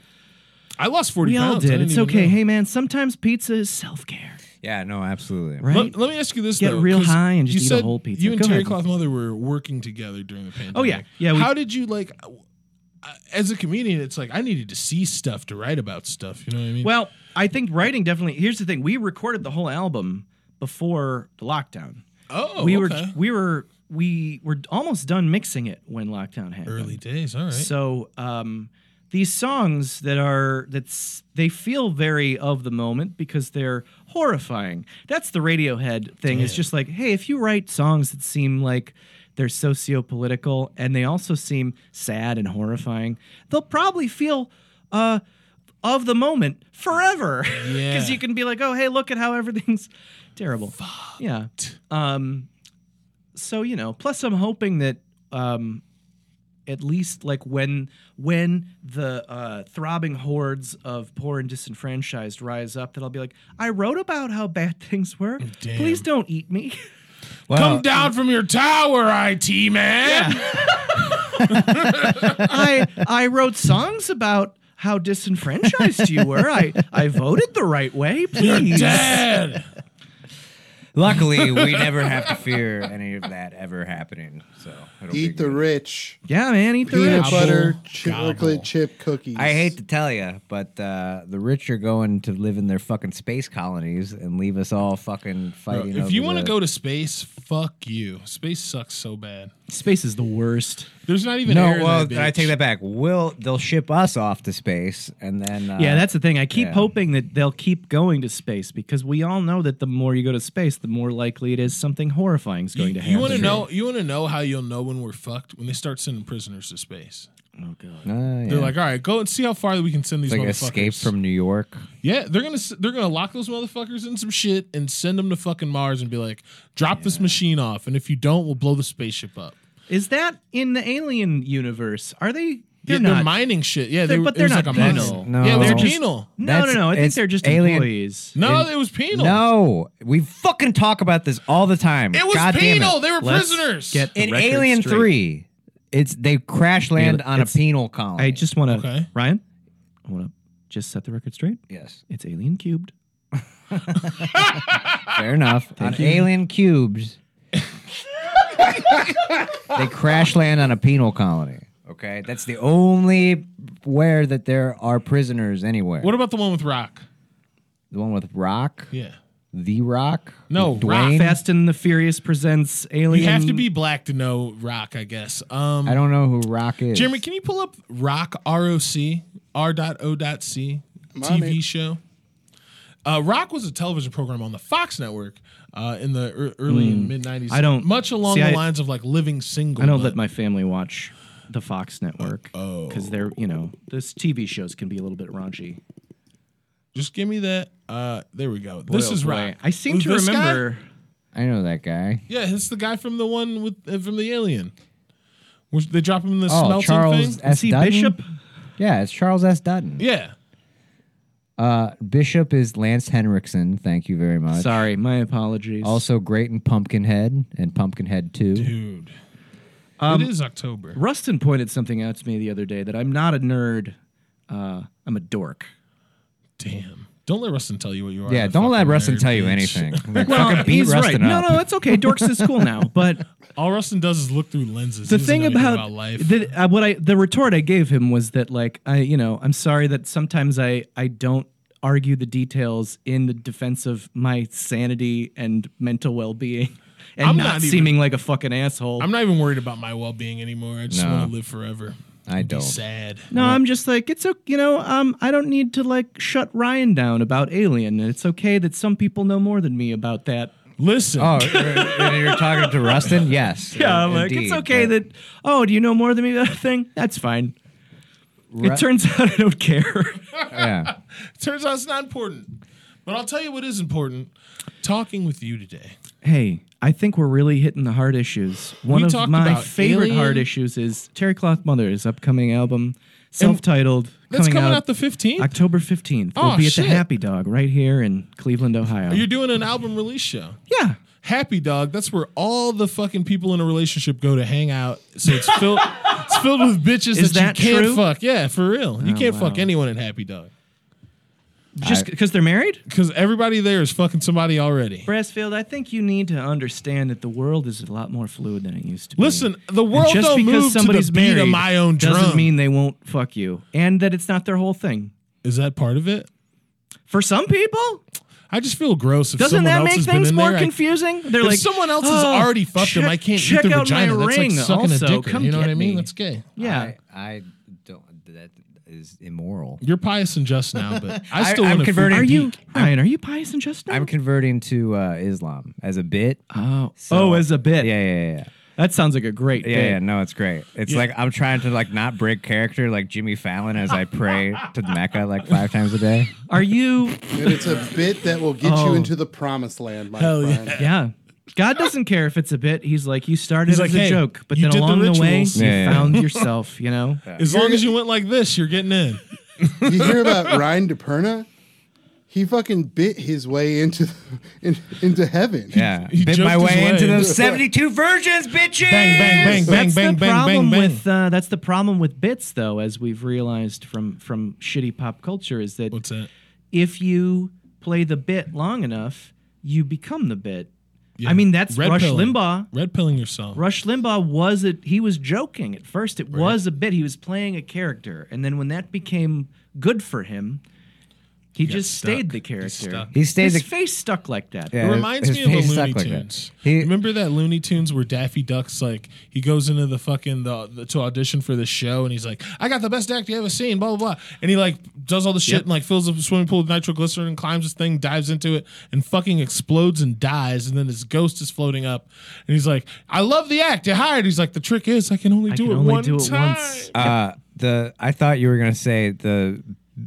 B: I lost 40
C: we
B: pounds.
C: all
B: I
C: did.
B: didn't
C: It's
B: even
C: okay.
B: know.
C: Hey man, sometimes pizza is self care,
D: Yeah, no, absolutely.
C: right?
B: Let, let me ask you this
C: Get
B: though,
C: real
B: 'cause
C: high and just
B: you
C: eat a
B: said
C: whole pizza.
B: You and
C: Go
B: Terry
C: ahead.
B: Cloth Mother were working together during the pandemic.
C: Oh, yeah. Yeah, we-
B: How did you like? uh, As a comedian, it's like I needed to see stuff to write about stuff. You know what I mean?
C: Well, I think writing definitely. Here's the thing: we recorded the whole album before the lockdown.
B: oh,
C: we were
B: okay.
C: we were we were almost done mixing it when lockdown happened.
B: early days. All right.
C: So um, these songs that are that's they feel very of the moment because they're horrifying. That's the Radiohead thing. It's just like, hey, if you write songs that seem like they're socio-political and they also seem sad and horrifying, they'll probably feel uh, of the moment forever. Because
B: Yeah.
C: you can be like, oh, hey, look at how everything's terrible. Yeah. Um, so you know, plus I'm hoping that um, at least like when when the uh, throbbing hordes of poor and disenfranchised rise up, that I'll be like, I wrote about how bad things were.
B: Damn.
C: Please don't eat me.
D: Well,
C: Uh,
B: Come down from your tower, IT man.
C: I I wrote songs about how disenfranchised you were. I I voted the right way. Please.
B: Dead.
D: luckily, we never have to fear any of that ever happening. So it'll be
E: Eat the
D: good.
E: rich
C: Yeah, man, eat the
E: peanut
C: rich.
E: butter
B: Gobble, gobble.
E: chocolate chip cookies.
D: I hate to tell you, but uh, the rich are going to live in their fucking space colonies and leave us all fucking fighting.
B: if
D: over
B: you want to
D: the-
B: go to space, fuck you. Space sucks so bad.
C: Space is the worst.
B: There's not even air
D: no,
B: in
D: well,
B: that
D: I
B: bitch.
D: take that back. Will they'll ship us off to space and then? Uh,
C: Yeah, that's the thing. I keep
D: yeah.
C: hoping that they'll keep going to space because we all know that the more you go to space, the more likely it is something horrifying is going to happen.
B: You want to know? You want to know how you'll know when we're fucked when they start sending prisoners to space.
C: Oh god.
D: Uh,
B: They're
D: yeah.
B: like, all right, go and see how far that we can send these
D: It's like
B: motherfuckers.
D: escape from New York.
B: Yeah, they're gonna s- they're gonna lock those motherfuckers in some shit and send them to fucking Mars and be like, drop this machine off, and if you don't, we'll blow the spaceship up.
C: Is that in the alien universe? Are they They're
B: yeah,
C: not.
B: mining shit. Yeah, they
C: They're-
B: were,
C: but
B: it
C: they're
B: was
C: not
B: like a
C: penal.
B: mining.
D: No.
B: Yeah, they're
D: They're just-
B: penal.
C: no, no,
D: That's-
C: no. I think
D: it's
C: they're just
D: alien-
C: employees.
B: No,
D: In-
B: it was penal.
D: No, we fucking talk about this all the time.
B: it was
D: God damn
B: penal.
D: It.
B: They were
C: Let's
B: prisoners.
C: get- the
D: In
C: record
D: Alien
C: straight.
D: Three, it's they crash land
C: Alien-
D: on a
C: it's-
D: penal colony.
C: I just want to,
B: Okay.
C: Ryan. I want to just set the record straight.
D: yes,
C: It's alien cubed.
D: fair enough. on
C: you.
D: Alien Cubes, they crash land on a penal colony. Okay, that's the only where that there are prisoners anywhere.
B: what about the one with Rock?
D: the one with Rock,
B: Yeah.
D: The Rock.
B: No,
D: With
B: Rock.
D: Dwayne.
C: Fast and the Furious presents Alien.
B: You have to be black to know Rock, I guess. Um,
D: I don't know who Rock is.
B: Jeremy, can you pull up Rock R O C R dot O dot C
E: on
B: TV
E: it.
B: show? Uh, Rock was a television program on the Fox network uh, in the ear early and mid nineties.
C: Mm, I don't-
B: much along
C: see,
B: the
C: I-
B: lines of like Living Single.
C: I don't
B: but- Uh, oh.
C: let my family watch the Fox network because they're you know those TV shows can be a little bit raunchy.
B: just give me that. Uh, there we go.
C: Boy,
B: this
C: oh
B: is
C: boy.
B: Rock.
C: I seem
B: Who's
C: to
B: this guy?
C: remember.
D: I know that guy.
B: Yeah, it's the guy from the one with uh, from the Alien. Which they drop him in the
D: Oh,
B: smelting
D: Charles
B: thing.
D: S.
C: See
D: Dutton.
C: Bishop.
D: Yeah, it's Charles S. Dutton.
B: Yeah,
D: Uh, Bishop is Lance Henriksen. Thank you very much.
C: Sorry, my apologies.
D: Also great in Pumpkinhead and Pumpkinhead 2.
B: dude.
C: Um,
B: it is October.
C: Rustin pointed something out to me the other day that I'm not a nerd. Uh, I'm a dork.
B: Damn. Don't let Rustin tell you what you are.
D: Yeah,
B: you
D: don't let
B: fucking
D: Rustin
B: nerd,
D: tell you
B: bitch.
D: anything. Like,
C: Well,
D: fucking beat
C: he's right.
D: Rustin
C: No,
D: up.
C: no, it's okay. Dorks is cool now. But
B: All Rustin does is look through lenses.
C: the
B: He doesn't
C: thing
B: know anything
C: about,
B: life.
C: that- uh, what I the retort I gave him was that like I you know I'm sorry that sometimes I I don't argue the details in the defense of my sanity and mental well being and
B: I'm
C: not,
B: not even-
C: seeming like a fucking asshole.
B: I'm not even worried about my well being anymore. I just
D: No.
B: want to live forever.
D: I
B: and
D: don't.
B: Be sad.
C: no, I'm just like it's okay. You know, um, I don't need to like shut Ryan down about Alien, and it's okay that some people know more than me about that.
B: Listen.
C: Uh,
D: Oh, you're- you're talking to Rustin? Yes.
C: Yeah,
D: in-
C: I'm like it's
D: indeed.
C: okay
D: But
C: that. Oh, do you know more than me about that thing? That's fine.
D: Ru-
C: It turns out I don't care.
D: yeah.
B: Turns out it's not important. But I'll tell you what is important talking with you today.
C: Hey, I think we're really hitting the hard issues. One
B: We
C: of
B: talked
C: my
B: about
C: favorite
B: Alien.
C: hard issues is Terry Cloth Mother's upcoming album, self-titled,
B: That's
C: coming, out,
B: the 15th.
C: October 15th.
B: Oh,
C: we'll be at
B: shit.
C: the Happy Dog right here in Cleveland, Ohio.
B: You're doing an album release show.
C: yeah.
B: Happy Dog, that's where all the fucking people in a relationship go to hang out. So it's filled it's filled with bitches
C: Is
B: that,
C: that
B: you can't
C: true?
B: fuck. Yeah, for real. You
C: Oh,
B: can't
C: wow.
B: fuck anyone in Happy Dog.
C: Just because they're married?
B: Because everybody there is fucking somebody already.
C: Brassfield, I think you need to understand that the world is a lot more fluid than it used to be.
B: Listen, the
C: And
B: world
C: just
B: don't
C: because
B: move
C: somebody's
B: to the beat
C: married
B: of my own drum.
C: doesn't mean they won't fuck you, and that it's not their whole thing.
B: is that part of it?
C: For some people,
B: I just feel gross if
C: Doesn't
B: someone
C: that
B: else
C: make
B: has been
C: things
B: in
C: more
B: there. I-
C: confusing? They're
B: if
C: like
B: someone else has
C: "Oh,
B: already fucked
C: check,
B: them, I can't
C: check
B: eat their
C: out
B: vagina.
C: My
B: That's
C: ring
B: like sucking
C: also.
B: a dick. in,
C: Come
B: you know what
C: get
B: I mean?
C: me."
B: That's gay.
C: yeah.
D: I, I don't. That is immoral.
B: You're pious and just now, but I
D: I-
B: still
D: I'm
B: want to.
D: converting-
C: are
D: Ryan
C: you Ryan? Are you pious and just now?
D: I'm converting to uh, Islam as a bit.
C: oh,
D: So-
C: oh, as a
D: Yeah,
C: bit.
D: yeah, yeah, yeah.
C: That sounds like a great
D: Yeah,
C: day.
D: yeah, no, it's great. It's like I'm trying to like not break character like Jimmy Fallon as I pray to Mecca like five times a day.
C: Are you?
E: And it's a bit that will get
C: Oh.
E: you into the promised land, my
B: Hell
E: friend.
B: yeah.
C: Yeah. God doesn't care if it's a bit. He's like, you started
B: He's
C: as
B: like,
C: a
B: "Hey,
C: joke, but
B: you
C: then
B: did the
C: along the, way,
B: rituals."
C: you
D: Yeah, yeah.
C: found yourself. You know.
B: As long as you went like this, you're getting in.
E: You hear about Ryan DePerna? He fucking bit his way into in, into heaven.
D: Yeah,
B: He
D: bit
B: joked
D: my
B: his
D: way into
B: way.
D: those seventy-two virgins, bitches.
B: Bang, bang, bang,
C: that's
B: bang,
C: the
B: bang, bang,
C: problem
B: bang.
C: with uh, that's the problem with bits, though, as we've realized from from shitty pop culture, is that
B: What's that?
C: if you play the bit long enough, you become the bit.
B: Yeah.
C: I mean, that's Rush
B: pilling.
C: Limbaugh.
B: Red pilling yourself.
C: Rush Limbaugh was it? He was joking at first. It was a bit. He was playing a character, and then when that became good for him, he,
B: got
C: just
B: stuck.
C: stayed the
B: He
C: character.
B: stuck.
D: He stays
C: His
D: a-
C: face stuck like that.
D: Yeah.
B: It
D: his-
B: reminds
D: his
B: me of the
D: face
B: Looney
D: sucked like that.
B: Tunes.
D: He-
B: Remember that Looney Tunes where Daffy Duck's like he goes into the fucking the, the to audition for the show and he's like, I got the best act you ever seen, blah blah blah, and he like does all the shit
C: Yep.
B: and like fills up a swimming pool with nitroglycerin and climbs this thing, dives into it, and fucking explodes and dies, and then his ghost is floating up, and he's like, I love the act you hired. He's like, the trick is I can only do
C: can
B: it
C: only
B: one
C: do it
B: time.
C: once.
D: Uh, the I thought you were gonna say the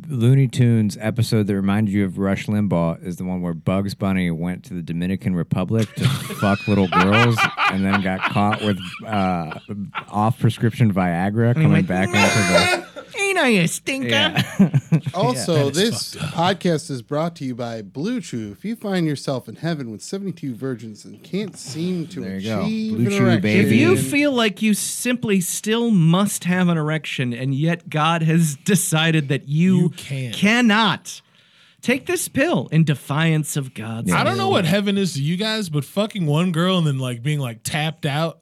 D: Looney Tunes episode that reminded you of Rush Limbaugh is the one where Bugs Bunny went to the Dominican Republic to fuck little girls and then got caught with uh, off prescription Viagra coming
C: went,
D: back into
C: Ain't I a stinker?
D: the. Yeah.
E: Also, this podcast is brought to you by Blue Chew. If you find yourself in heaven with 72 virgins and can't seem to
D: There you go.
E: achieve
D: Blue
E: an
D: Chew,
E: erection,
D: baby.
C: If you feel like you simply still must have an erection, and yet God has decided that you,
B: You can.
C: cannot, take this pill in defiance of God's.
B: I don't know what heaven is to you guys, but fucking one girl and then like being like tapped out,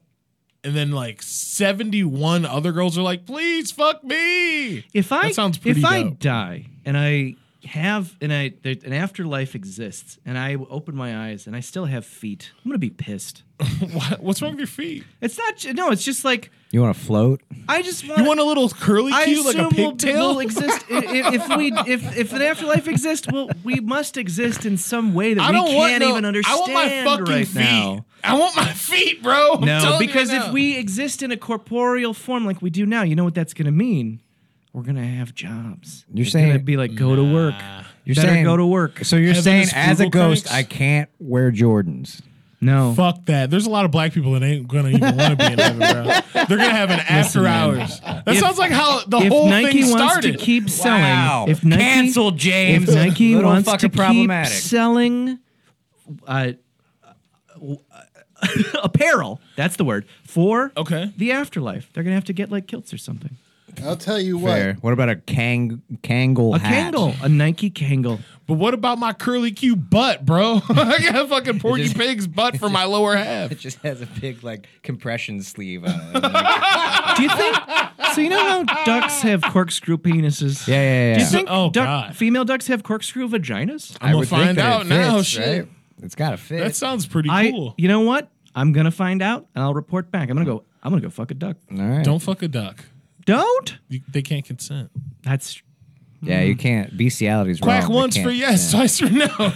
B: and then like seventy one other girls are like, please fuck me.
C: If I
B: That sounds
C: if
B: pretty
C: I
B: dope.
C: die and I have and I there, an afterlife exists, and I open my eyes and I still have feet, I'm gonna be pissed.
B: What- What's wrong with your feet?
C: It's not no, it's just like
D: You want to float?
C: I just want.
B: You want a little curly
C: I
B: cue like a
C: assume we'll,
B: pigtail?
C: we'll exist i- i- if, we if if an afterlife exists. Well, we must exist in some way that
B: I
C: we
B: don't want
C: can't
B: no-
C: even understand
B: I want my fucking
C: right
B: feet.
C: now.
B: I want my feet, bro. I'm telling
C: No,
B: you
C: because
B: right
C: if
B: now.
C: we exist in a corporeal form like we do now, you know what that's going to mean? We're going to have jobs.
D: You're
C: It's gonna
D: saying-
C: be like go to work.
D: You're
C: Better
D: saying
C: go to work.
D: So you're
B: Heaven
D: saying,
B: is
D: as a
B: frugal
D: ghost,
B: thanks?
D: I can't wear Jordans.
C: No.
B: Fuck that. There's a lot of black people that ain't gonna even want to be in heaven, bro. They're gonna have an after hours. That sounds like how the
C: if
B: whole
C: Nike
B: thing
C: wants
B: started.
C: to keep selling,
D: Wow.
C: if Nike
D: Cancel, James.
C: if Nike
D: Little
C: wants to
D: fucking
C: keep
D: problematic.
C: selling uh, uh, apparel, that's the word for
B: Okay.
C: the afterlife. They're gonna have to get like kilts or something.
E: I'll tell you what.
D: Fair. What about a kang kangle
C: A
D: hat?
C: kangle, a Nike kangle.
B: but what about my curly Q butt, bro? I got a fucking Porky Pig's butt for my lower half.
D: It just has a big like compression sleeve on it.
C: Do you think? so you know how ducks have corkscrew penises?
D: yeah, yeah, yeah.
C: Do you think
B: Oh,
C: duck-
B: God.
C: female ducks have corkscrew vaginas?
B: I'm gonna find out now. shit,
D: It's gotta fit.
B: that sounds pretty
C: I,
B: cool.
C: you know what? I'm gonna find out and I'll report back. I'm gonna go. I'm gonna go fuck a duck.
D: All right.
B: Don't fuck a duck.
C: Don't.
B: You, they can't consent.
C: That's
D: Yeah, you can't. Bestiality's
B: Quack
D: wrong. You
B: once for
D: can't-
B: yes, twice for no.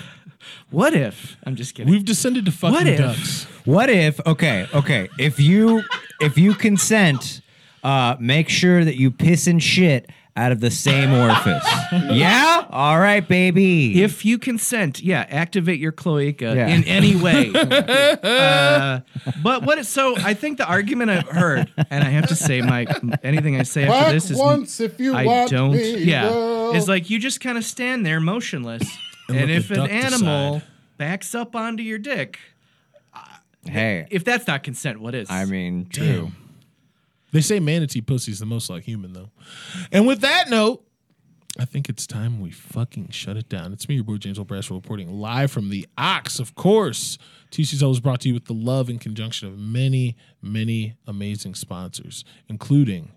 C: what if. I'm just kidding.
B: We've descended to fucking
C: What if-
B: ducks.
D: What if? Okay, okay. If you if you consent, uh, make sure that you piss and shit out of the same orifice. yeah. All right, baby.
C: if you consent, yeah, activate your cloaca
D: Yeah.
C: in any way. Uh, but what? is- So I think the argument I've heard, and I have to say, my anything I say after
E: Quack
C: this is
E: once if you
C: I
E: want
C: don't.
E: me,
C: yeah,
E: girl.
C: it's like you just kind of stand there motionless, and,
B: let the
C: if an
B: duck
C: animal
B: decide.
C: backs up onto your dick,
D: hey,
C: if that's not consent, what is?
D: I mean, true.
B: They say manatee pussy's the most like human though. And with that note, I think it's time we fucking shut it down. It's me, your boy James O'Brasher, reporting live from the Ox, of course. TC's always brought to you with the love and conjunction of many, many amazing sponsors, including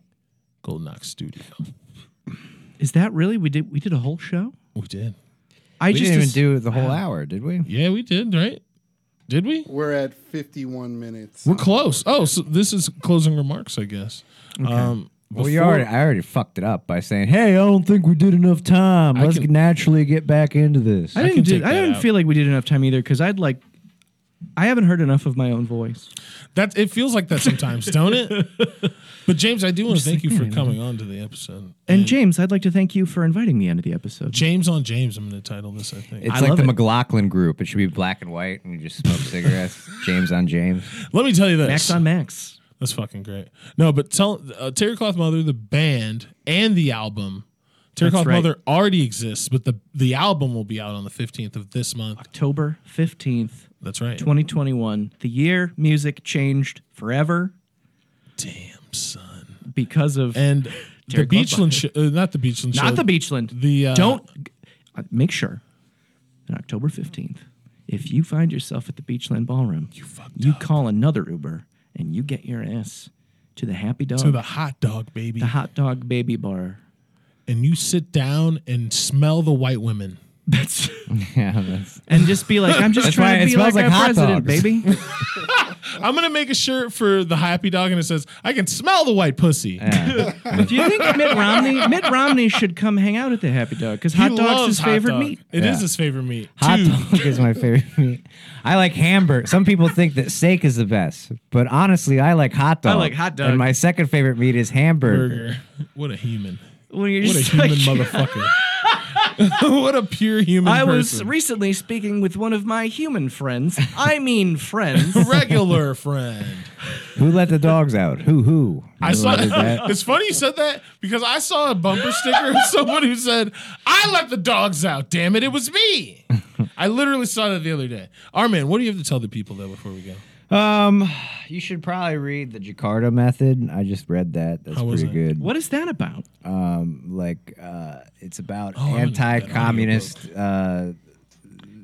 B: Golden Ox Studio.
C: is that really? We did we did a whole show.
B: We did.
C: I
D: We
C: just
D: didn't even
C: ass-
D: do the whole hour, did we?
B: Yeah, we did, right? Did we?
E: We're at 51 minutes.
B: We're close. Oh, so this is closing remarks, I guess. Um,
D: Well, you
B: before-
D: already, I already fucked it up by saying, "Hey, I don't think we did enough time. Let's
B: can-
D: naturally get back into this."
C: I
B: I can
C: didn't.
B: take
C: do, I
B: that
C: didn't
B: out.
C: feel like we did enough time either because I'd like. I haven't heard enough of my own voice.
B: That it feels like that sometimes, don't it? But James, I do want to thank you for coming on to the episode.
C: And James, I'd like to thank you for inviting me onto the episode.
B: James on James, I'm going to title this. I think.
D: It's
C: I
D: like
C: love
D: the
C: it.
D: McLaughlin group. It should be black and white, and you just smoke cigarettes. James on James.
B: Let me tell you this.
C: Max on Max.
B: That's fucking great. No, but tell uh, Terry Cloth Mother, the band and the album. Terry
C: That's
B: Cloth
C: right.
B: Mother already exists, but the the album will be out on the 15th of this month.
C: October 15th,
B: That's right.
C: 2021. The year music changed forever
B: Damn son.
C: because of
B: And
C: Terry
B: the
C: Cloth
B: Beachland, show, uh, not the Beachland, show,
C: not the Beachland.
B: The uh,
C: Don't uh, make sure on October 15th, if you find yourself at the Beachland Ballroom, you, call another Uber and you get your ass to the Happy Dog,
B: to the hot dog baby,
C: the Hot Dog Baby Bar.
B: and you sit down and smell the white women.
C: That's
D: Yeah, that's,
C: and just be like, I'm just
D: That's why
C: trying
D: it
C: to be
D: smells
C: like,
D: like
C: our
D: hot
C: president,
D: dogs.
C: baby.
B: I'm gonna make a shirt for the happy dog, and it says, "I can smell the white pussy."
C: Do you think Mitt Romney Mitt Romney should come hang out at the Happy Dog? Because hot
B: He
C: dog's
B: loves
C: his
B: hot
C: favorite
B: dog.
C: meat.
B: It is
D: Yeah.
B: his favorite meat.
D: hot
B: Two.
D: dog is my favorite meat. I like hamburger. Some people think that steak is the best, but honestly, I like hot dog.
C: I like hot dog.
D: And my second favorite meat is hamburger.
B: Burger. What a human.
C: when you're
B: What a
C: just
B: human
C: like,
B: motherfucker. what a pure human
C: I was
B: person.
C: recently speaking with one of my human friends. I mean friends.
B: regular friend.
D: Who let the dogs out? Who who?
B: I saw
D: Who did that.
B: It's funny you said that because I saw a bumper sticker of someone who said, "I let the dogs out. Damn it, it was me." I literally saw that the other day. Armin, what do you have to tell the people though before we go?
D: Um, you should probably read the Jakarta method. I just read that. That's
B: How was
D: pretty
B: it?
D: good.
C: What is that about?
D: Um, like uh, it's about
B: I'm gonna read that
D: anti-communist uh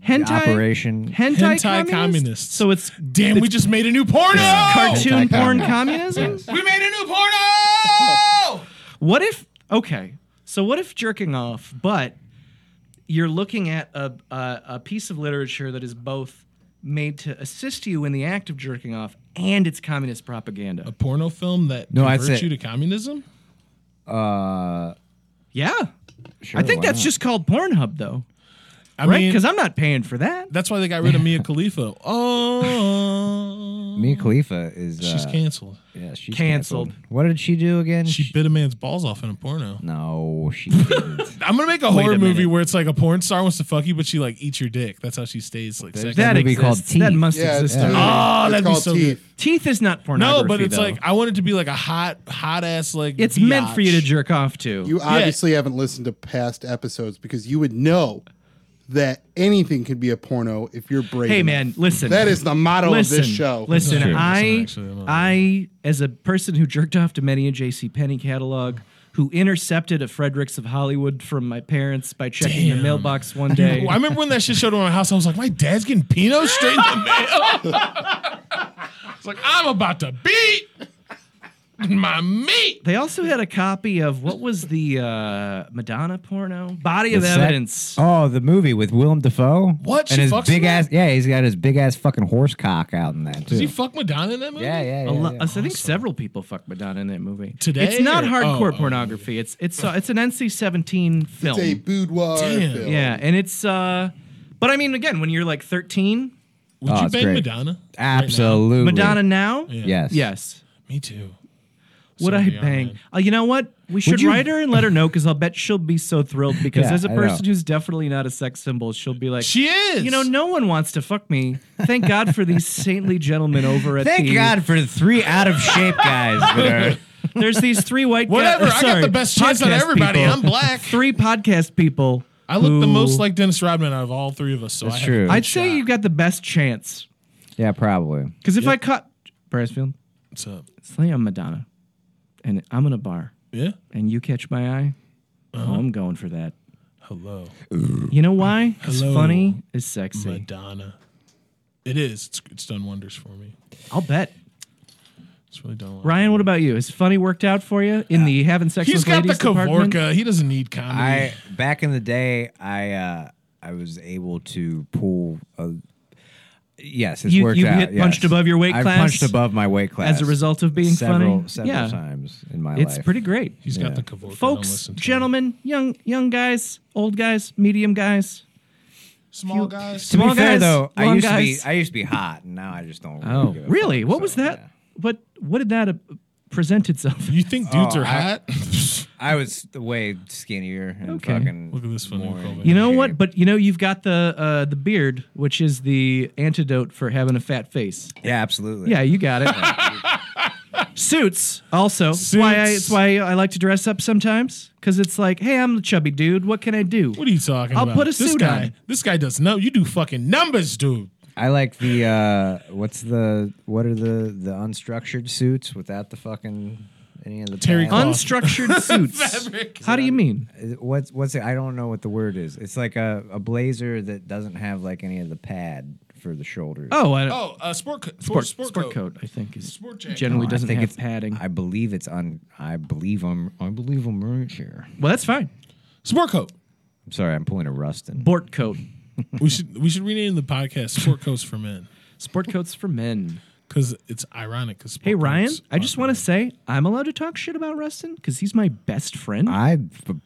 C: Hentai
D: operation.
C: Hentai,
B: Hentai
C: communists?
B: communists.
C: So it's
B: Damn, we just made a new porno.
C: cartoon
D: Hentai
C: porn
D: communists.
C: communism?
B: We made a new porno.
C: What if okay? So what if jerking off, but you're looking at a, a a piece of literature that is both made to assist you in the act of jerking off and it's communist propaganda.
B: a porno film that
D: No, that's
B: converts
D: it.
B: you to communism.
D: Uh,
C: Yeah.
D: sure,
C: I think
D: why
C: that's
D: not?
C: just called Pornhub though.
B: I
C: Right?
B: mean,
C: Because I'm not paying for that.
B: that's why they got rid of Mia Khalifa. Oh,
D: Mia Khalifa is
B: she's
D: uh,
B: canceled.
D: yeah, she's
C: Canceled.
D: What did she do again?
B: She bit a man's balls off in a porno.
D: no, she didn't.
B: I'm gonna make a
C: a
B: horror movie
C: minute.
B: where it's like a porn star wants to fuck you, but she like eats your dick. That's how she stays like
D: There's
B: second.
C: That
D: That movie
C: exists.
D: called
C: That
D: Teeth.
C: must
E: Yeah, it's
C: exist. Ah,
E: teeth.
B: Oh, that'd
E: It's
B: be
E: called
B: so
E: teeth.
C: Teeth is not pornography.
B: no, but it's
C: though.
B: like I want it to be like a hot, hot ass like.
C: it's meant for you to
B: biatch.
C: jerk off to.
E: You obviously haven't listened to past episodes because you would know that anything could be a porno if you're brave.
C: hey
E: enough.
C: man, listen.
E: that is the motto
C: listen,
E: of this show.
C: Listen,
B: That's true. Listen,
C: I,
B: actually, I'm not-
C: I, as a person who jerked off to many a J.C. Penney catalog, who intercepted a Fredericks of Hollywood from my parents by checking the
B: Damn.
C: mailbox one day.
B: Well, I remember when that shit showed up in my house. I was like, my dad's getting Pinot straight in the mail. it's like I'm about to beat my meat.
C: they also had a copy of what was the uh, Madonna porno? Body of
D: The sec-
C: Evidence.
D: oh, the movie with Willem Dafoe.
B: What?
D: And
B: She
D: his
B: fucks
D: big
B: him?
D: ass. Yeah, he's got his big ass fucking horse cock out in that too.
B: Does he fuck Madonna in that movie?
D: yeah, yeah,
C: A
D: yeah.
C: lo-
D: yeah.
C: I think several people fuck Madonna in that movie.
B: Today
C: it's not
B: or-
C: hardcore
B: oh, oh,
C: pornography. It's it's uh, it's an NC-17 film.
E: It's a boudoir
B: Damn.
E: film.
C: yeah, and it's uh, but I mean, again, when you're like 13,
B: Would
D: Oh,
B: you
D: it's
B: bang
D: great.
B: Madonna?
D: Absolutely.
C: Madonna now,
D: Yes.
C: yes,
B: Me too.
C: Would I
B: Sorry,
C: bang?
B: Armin.
C: Uh, you know what? We should
D: you-
C: write her and let her know because I'll bet she'll be so thrilled. Because
D: Yeah,
C: as a
D: I
C: person
D: know.
C: who's definitely not a sex symbol, she'll be like,
B: She is.
C: You know, no one wants to fuck me. Thank God for these saintly gentlemen over at
D: Thank
C: the.
D: God for the three out of shape guys that
C: There's these three white. guys-
B: Whatever.
C: or
B: I got
C: sorry,
B: the best chance out of
C: podcast
B: everybody.
C: people.
B: I'm black.
C: Three podcast people.
B: I look the
C: who-
B: most like Dennis Rodman out of all three of us. So
D: That's
B: I have
D: true.
B: a good
C: I'd say
B: shot.
C: you got the best chance
D: are. Yeah, probably.
C: because if I caught Brassfield,
B: What's up?
C: say I'm Madonna, and I'm in a bar,
B: Yeah.
C: and you catch my eye,
B: Uh-huh.
C: oh, I'm going for that.
B: Hello,
C: You know why? It's
B: Hello,
C: funny is sexy.
B: Madonna. It is. It's, it's done wonders for me.
C: I'll bet.
B: It's really done. Wonders.
C: Ryan, what about you? Has funny worked out for you in the having sex
B: He's
C: with
B: got the
C: ladies department?
B: Kavorka. He doesn't need comedy.
D: I back in the day, I uh, I was able to pull. A, yes, it's
C: You-
D: worked
C: you
D: out.
C: hit- punched
D: yes.
C: above your weight
D: I
C: class
D: punched above my weight class
C: as a result of being
D: several
C: funny.
D: several
C: yeah,
D: times in my
C: it's
D: life.
C: pretty great.
B: He's got
D: Yeah.
B: the Kavorka. Don't
C: Folks,
B: listen to
C: gentlemen, young young guys, old guys, medium guys.
B: him. small guys.
D: To be
C: Small
D: fair
C: guys,
D: though, I
C: long
D: used
C: guys.
D: to be I used to be hot, and now I just don't.
C: Oh,
D: give a
C: really?
D: fuck,
C: What
D: so,
C: was that?
D: yeah.
C: What what did that uh, present itself?
B: You think dudes
D: Oh,
B: are
D: I-
B: hot?
D: I was way skinnier and
C: Okay.
D: fucking.
B: Look at this funny
D: more in
B: callback.
C: You know what?
D: shape.
C: But you know you've got the uh, the beard, which is the antidote for having a fat face.
D: yeah, absolutely.
C: Yeah, you got it. Suits also. It's Why I,
B: Suits.
C: it's why I like to dress up sometimes because it's like, hey, I'm the chubby dude. What can I do?
B: what are you talking
C: I'll
B: about?
C: put a
B: this
C: suit
B: guy,
C: on.
B: This guy does no. You do fucking numbers, dude.
D: I like the uh what's the what are the the unstructured suits without the fucking any of the
B: Terry
D: padding?
C: Unstructured suits.
B: Fabric.
C: How do you mean?
D: Is- What's what's it? I don't know what the word is. It's like a, a blazer that doesn't have like any of the pad for the shoulders.
C: Oh, I,
B: Oh, uh, sport, co-
C: sport,
B: sport, sport, coat.
C: coat. I think is
B: Sport jacket.
C: generally
D: No, Oh, I
C: doesn't
D: think
C: have
D: it's-
C: padding.
D: I believe it's on. I believe I'm. I believe I'm right here.
C: well, that's fine.
B: Sport coat.
D: I'm sorry. I'm pulling a Rustin.
C: Sport coat.
B: we should we should rename the podcast Sport Coats for Men.
C: Sport coats for men.
B: because it's ironic. Cause
C: Hey, Ryan, I
B: are-
C: just want to say I'm allowed to talk shit about Rustin because he's my best friend.
D: I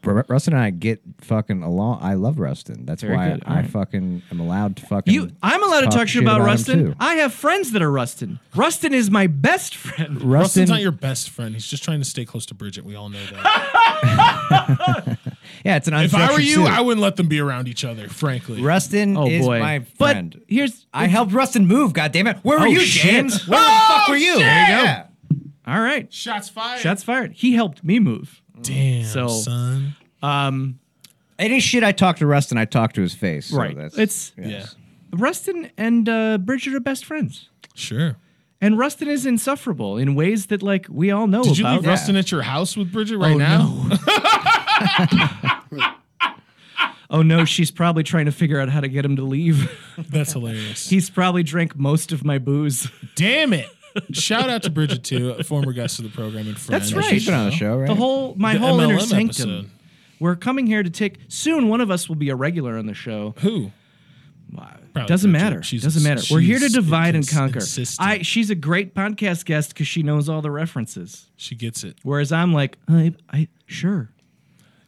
D: Rustin and I get fucking along. I love Rustin. That's
C: Very
D: why
C: good. All
D: I
C: right.
D: fucking am allowed to fucking.
C: you, I'm allowed to talk shit about,
D: him,
C: Rustin.
D: too.
C: I have friends that are Rustin. Rustin is my best friend.
D: Rustin,
B: Rustin's not your best friend. He's just trying to stay close to Bridget. We all know that.
D: yeah, it's an.
B: if I were
D: unstructured
B: you,
D: suit.
B: I wouldn't let them be around each other. Frankly,
D: Rustin
C: Oh
D: is
C: boy,
D: my friend.
C: but here's
D: I helped Rustin move. God damn it! Where were
C: Oh,
D: you,
C: shit. Oh,
D: James? Where the fuck were you? There you go.
C: all right.
B: shots fired.
C: Shots fired. He helped me move.
B: Damn,
C: So-
B: son.
C: Um,
D: Any shit I talk to Rustin, I talk to his face. so
C: right.
D: that's-
C: it's Rustin and uh, Bridget are best friends,
B: Yeah, sure.
C: and Rustin is insufferable in ways that like we all know
B: Did you
C: about.
B: leave Rustin at your house with Bridget right now?
C: Oh no, she's probably trying to figure out how to get him to leave.
B: That's hilarious.
C: He's probably drank most of my booze.
B: Damn it! Shout out to Bridget too, a former guest of the program and friend.
C: That's
B: of
C: right.
D: she's been on the show, right?
C: The whole my
B: The
C: whole
B: MLM
C: inner sanctum.
B: episode.
C: We're coming here to take soon. One of us will be a regular on the show.
B: Who? Probably
C: Doesn't
B: Bridget.
C: matter.
B: Oh, She's-
C: Doesn't matter. We're here to
B: she's
C: divide and
B: ins-
C: conquer.
B: insistent.
C: I. She's a great podcast guest because she knows all the references.
B: She gets it.
C: Whereas I'm like, I, I sure.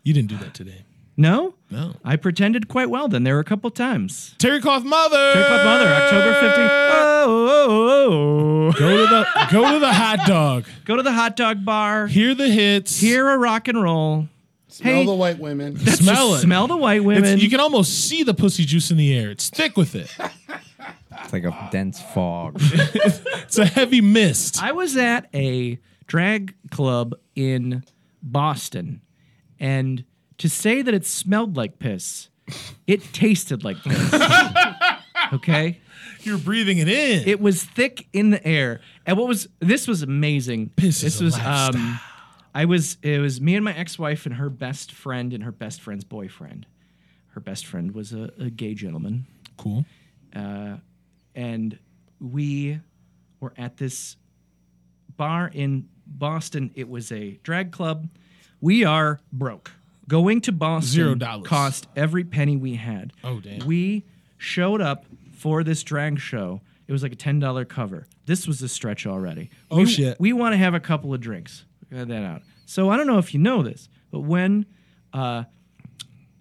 B: You didn't do that today.
C: No,
B: No.
C: I pretended quite well. Then there were a couple times.
B: Terry Cloth Mother.
C: Terry Club Mother, October 15th. Oh, oh, oh,
B: Go to the go to the hot dog.
C: oh. Go to the hot dog bar.
B: Hear the hits.
C: Hear a rock and roll.
E: Smell
C: Hey.
E: the white women.
B: smell it.
C: Just smell the white
B: It's-
C: women.
B: you can almost see the pussy juice in the air. It's thick with it.
D: It's like
C: Ah.
D: a dense fog.
B: It's a heavy mist.
C: I was at a drag club in Boston, and to say that it smelled like piss, it tasted like piss. okay?
B: You're breathing it in.
C: It was thick in the air. And what was this was amazing.
B: Piss is
C: this
B: a
C: was um,
B: lifestyle.
C: I was it was me and my ex-wife and her best friend and her best friend's boyfriend. Her best friend was a, a gay gentleman
B: cool.
C: and we were at this bar in Boston. It was a drag club. We are broke. Going to Boston
B: Zero dollars.
C: cost every penny we had.
B: Oh, damn.
C: We showed up for this drag show. It was like a ten dollar cover. This was a stretch already.
B: Oh,
C: we,
B: shit.
C: We want to have a couple of drinks. Got that out. So I don't know if you know this, but when uh,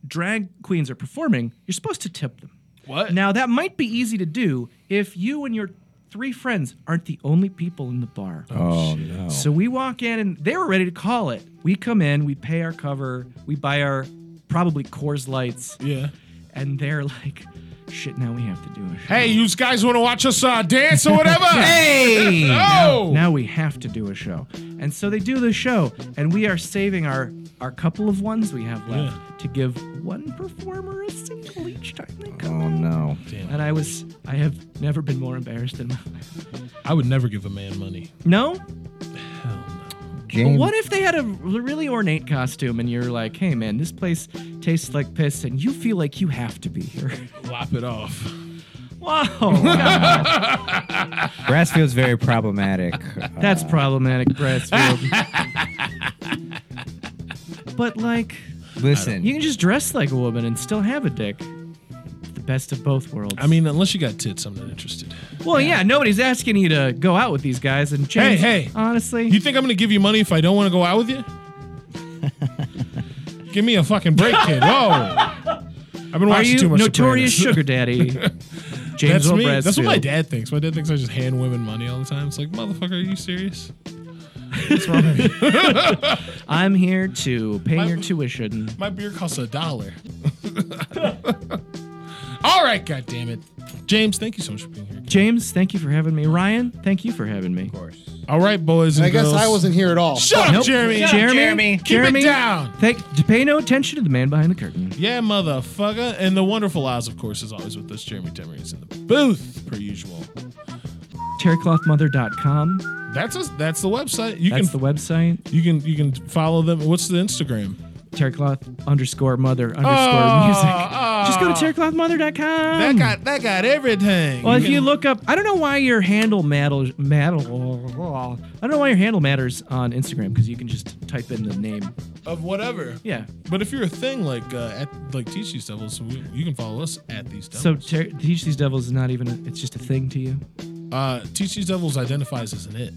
C: drag queens are performing, you're supposed to tip them.
B: What?
C: Now that might be easy to do if you and your three friends aren't the only people in the bar.
D: oh no!
C: So we walk in and they were ready to call it. We come in, we pay our cover, we buy our probably Coors Lights,
B: Yeah.
C: and they're like, "Shit, now we have to do a show."
B: Hey, you guys want to watch us uh, dance or whatever?
D: Hey!
B: Oh.
C: Now we have to do a show. And so they do the show, and we are saving our our couple of ones we have left to give one performer a single each time they come.
D: Oh no!
C: And I was I have never been more embarrassed in my life.
B: I would never give a man money.
C: No?
D: James,
C: What if they had a really ornate costume and you're like, hey man, this place tastes like piss and you feel like you have to be here?
B: Lop it off.
C: Wow. God,
D: Brassfield's very problematic. Uh,
C: that's problematic, Brassfield. but like,
D: Listen,
C: you can just dress like a woman and still have a dick. The best of both worlds.
B: I mean, unless you got tits, I'm not interested.
C: well, yeah, nobody's asking you to go out with these guys and James,
B: hey.
C: honestly,
B: You think I'm going to give you money if I don't want to go out with you? give me a fucking break, kid. Whoa. I've been
C: are
B: watching
C: you
B: too much
C: notorious
B: Sopranos.
C: sugar daddy? James
B: That's
C: Earl
B: me. That's what my
C: Brassfield.
B: dad thinks. My dad thinks I just hand women money all the time. It's like, motherfucker, are you serious? What's wrong with you?
C: I'm here to pay
B: My-
C: your tuition.
B: My beer costs a dollar. all right, God damn it, James, thank you so much for being here.
C: James, thank you for having me. Ryan, thank you for having me.
B: All right, boys and
E: I guess
B: girls.
E: I wasn't here at all.
B: Shut up, Jeremy.
C: Jeremy.
D: Jeremy.
B: Keep it down.
C: Thank, to pay no attention to the man behind the curtain.
B: Yeah, motherfucker. And the wonderful Oz, of course, is always with us. Jeremy Demery is in the booth, per usual.
C: Terryclothmother.com.
B: That's us. That's the website. You
C: That's
B: can
C: the website.
B: you can you can follow them. What's the Instagram?
C: Terrycloth underscore mother underscore
B: Oh,
C: music.
B: oh.
C: Just go to terryclothmother.com.
B: That got that got everything.
C: well, if you look up, I don't know why your handle matters. Matter, I don't know why your handle matters on Instagram because you can just type in the name.
B: of whatever.
C: Yeah.
B: But if you're a thing like uh, at like Teach These Devils, we, you can follow us at These Devils.
C: So ter- teach these devils is not even. A, it's just a thing to you.
B: Uh, Teach These Devils identifies as an it.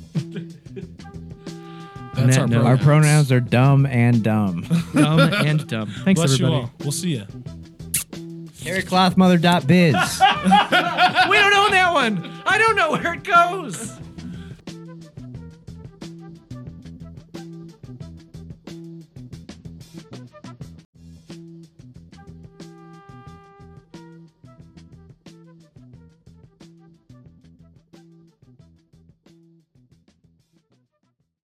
C: On
B: That's
C: that
B: our
C: note-
B: program.
C: Our
D: Our pronouns are dumb and dumb.
C: Dumb and dumb. Thanks,
B: Bless you
C: everybody.
B: all. We'll see you.
D: Harryclothmother.biz.
C: We don't own that one. I don't know where it goes.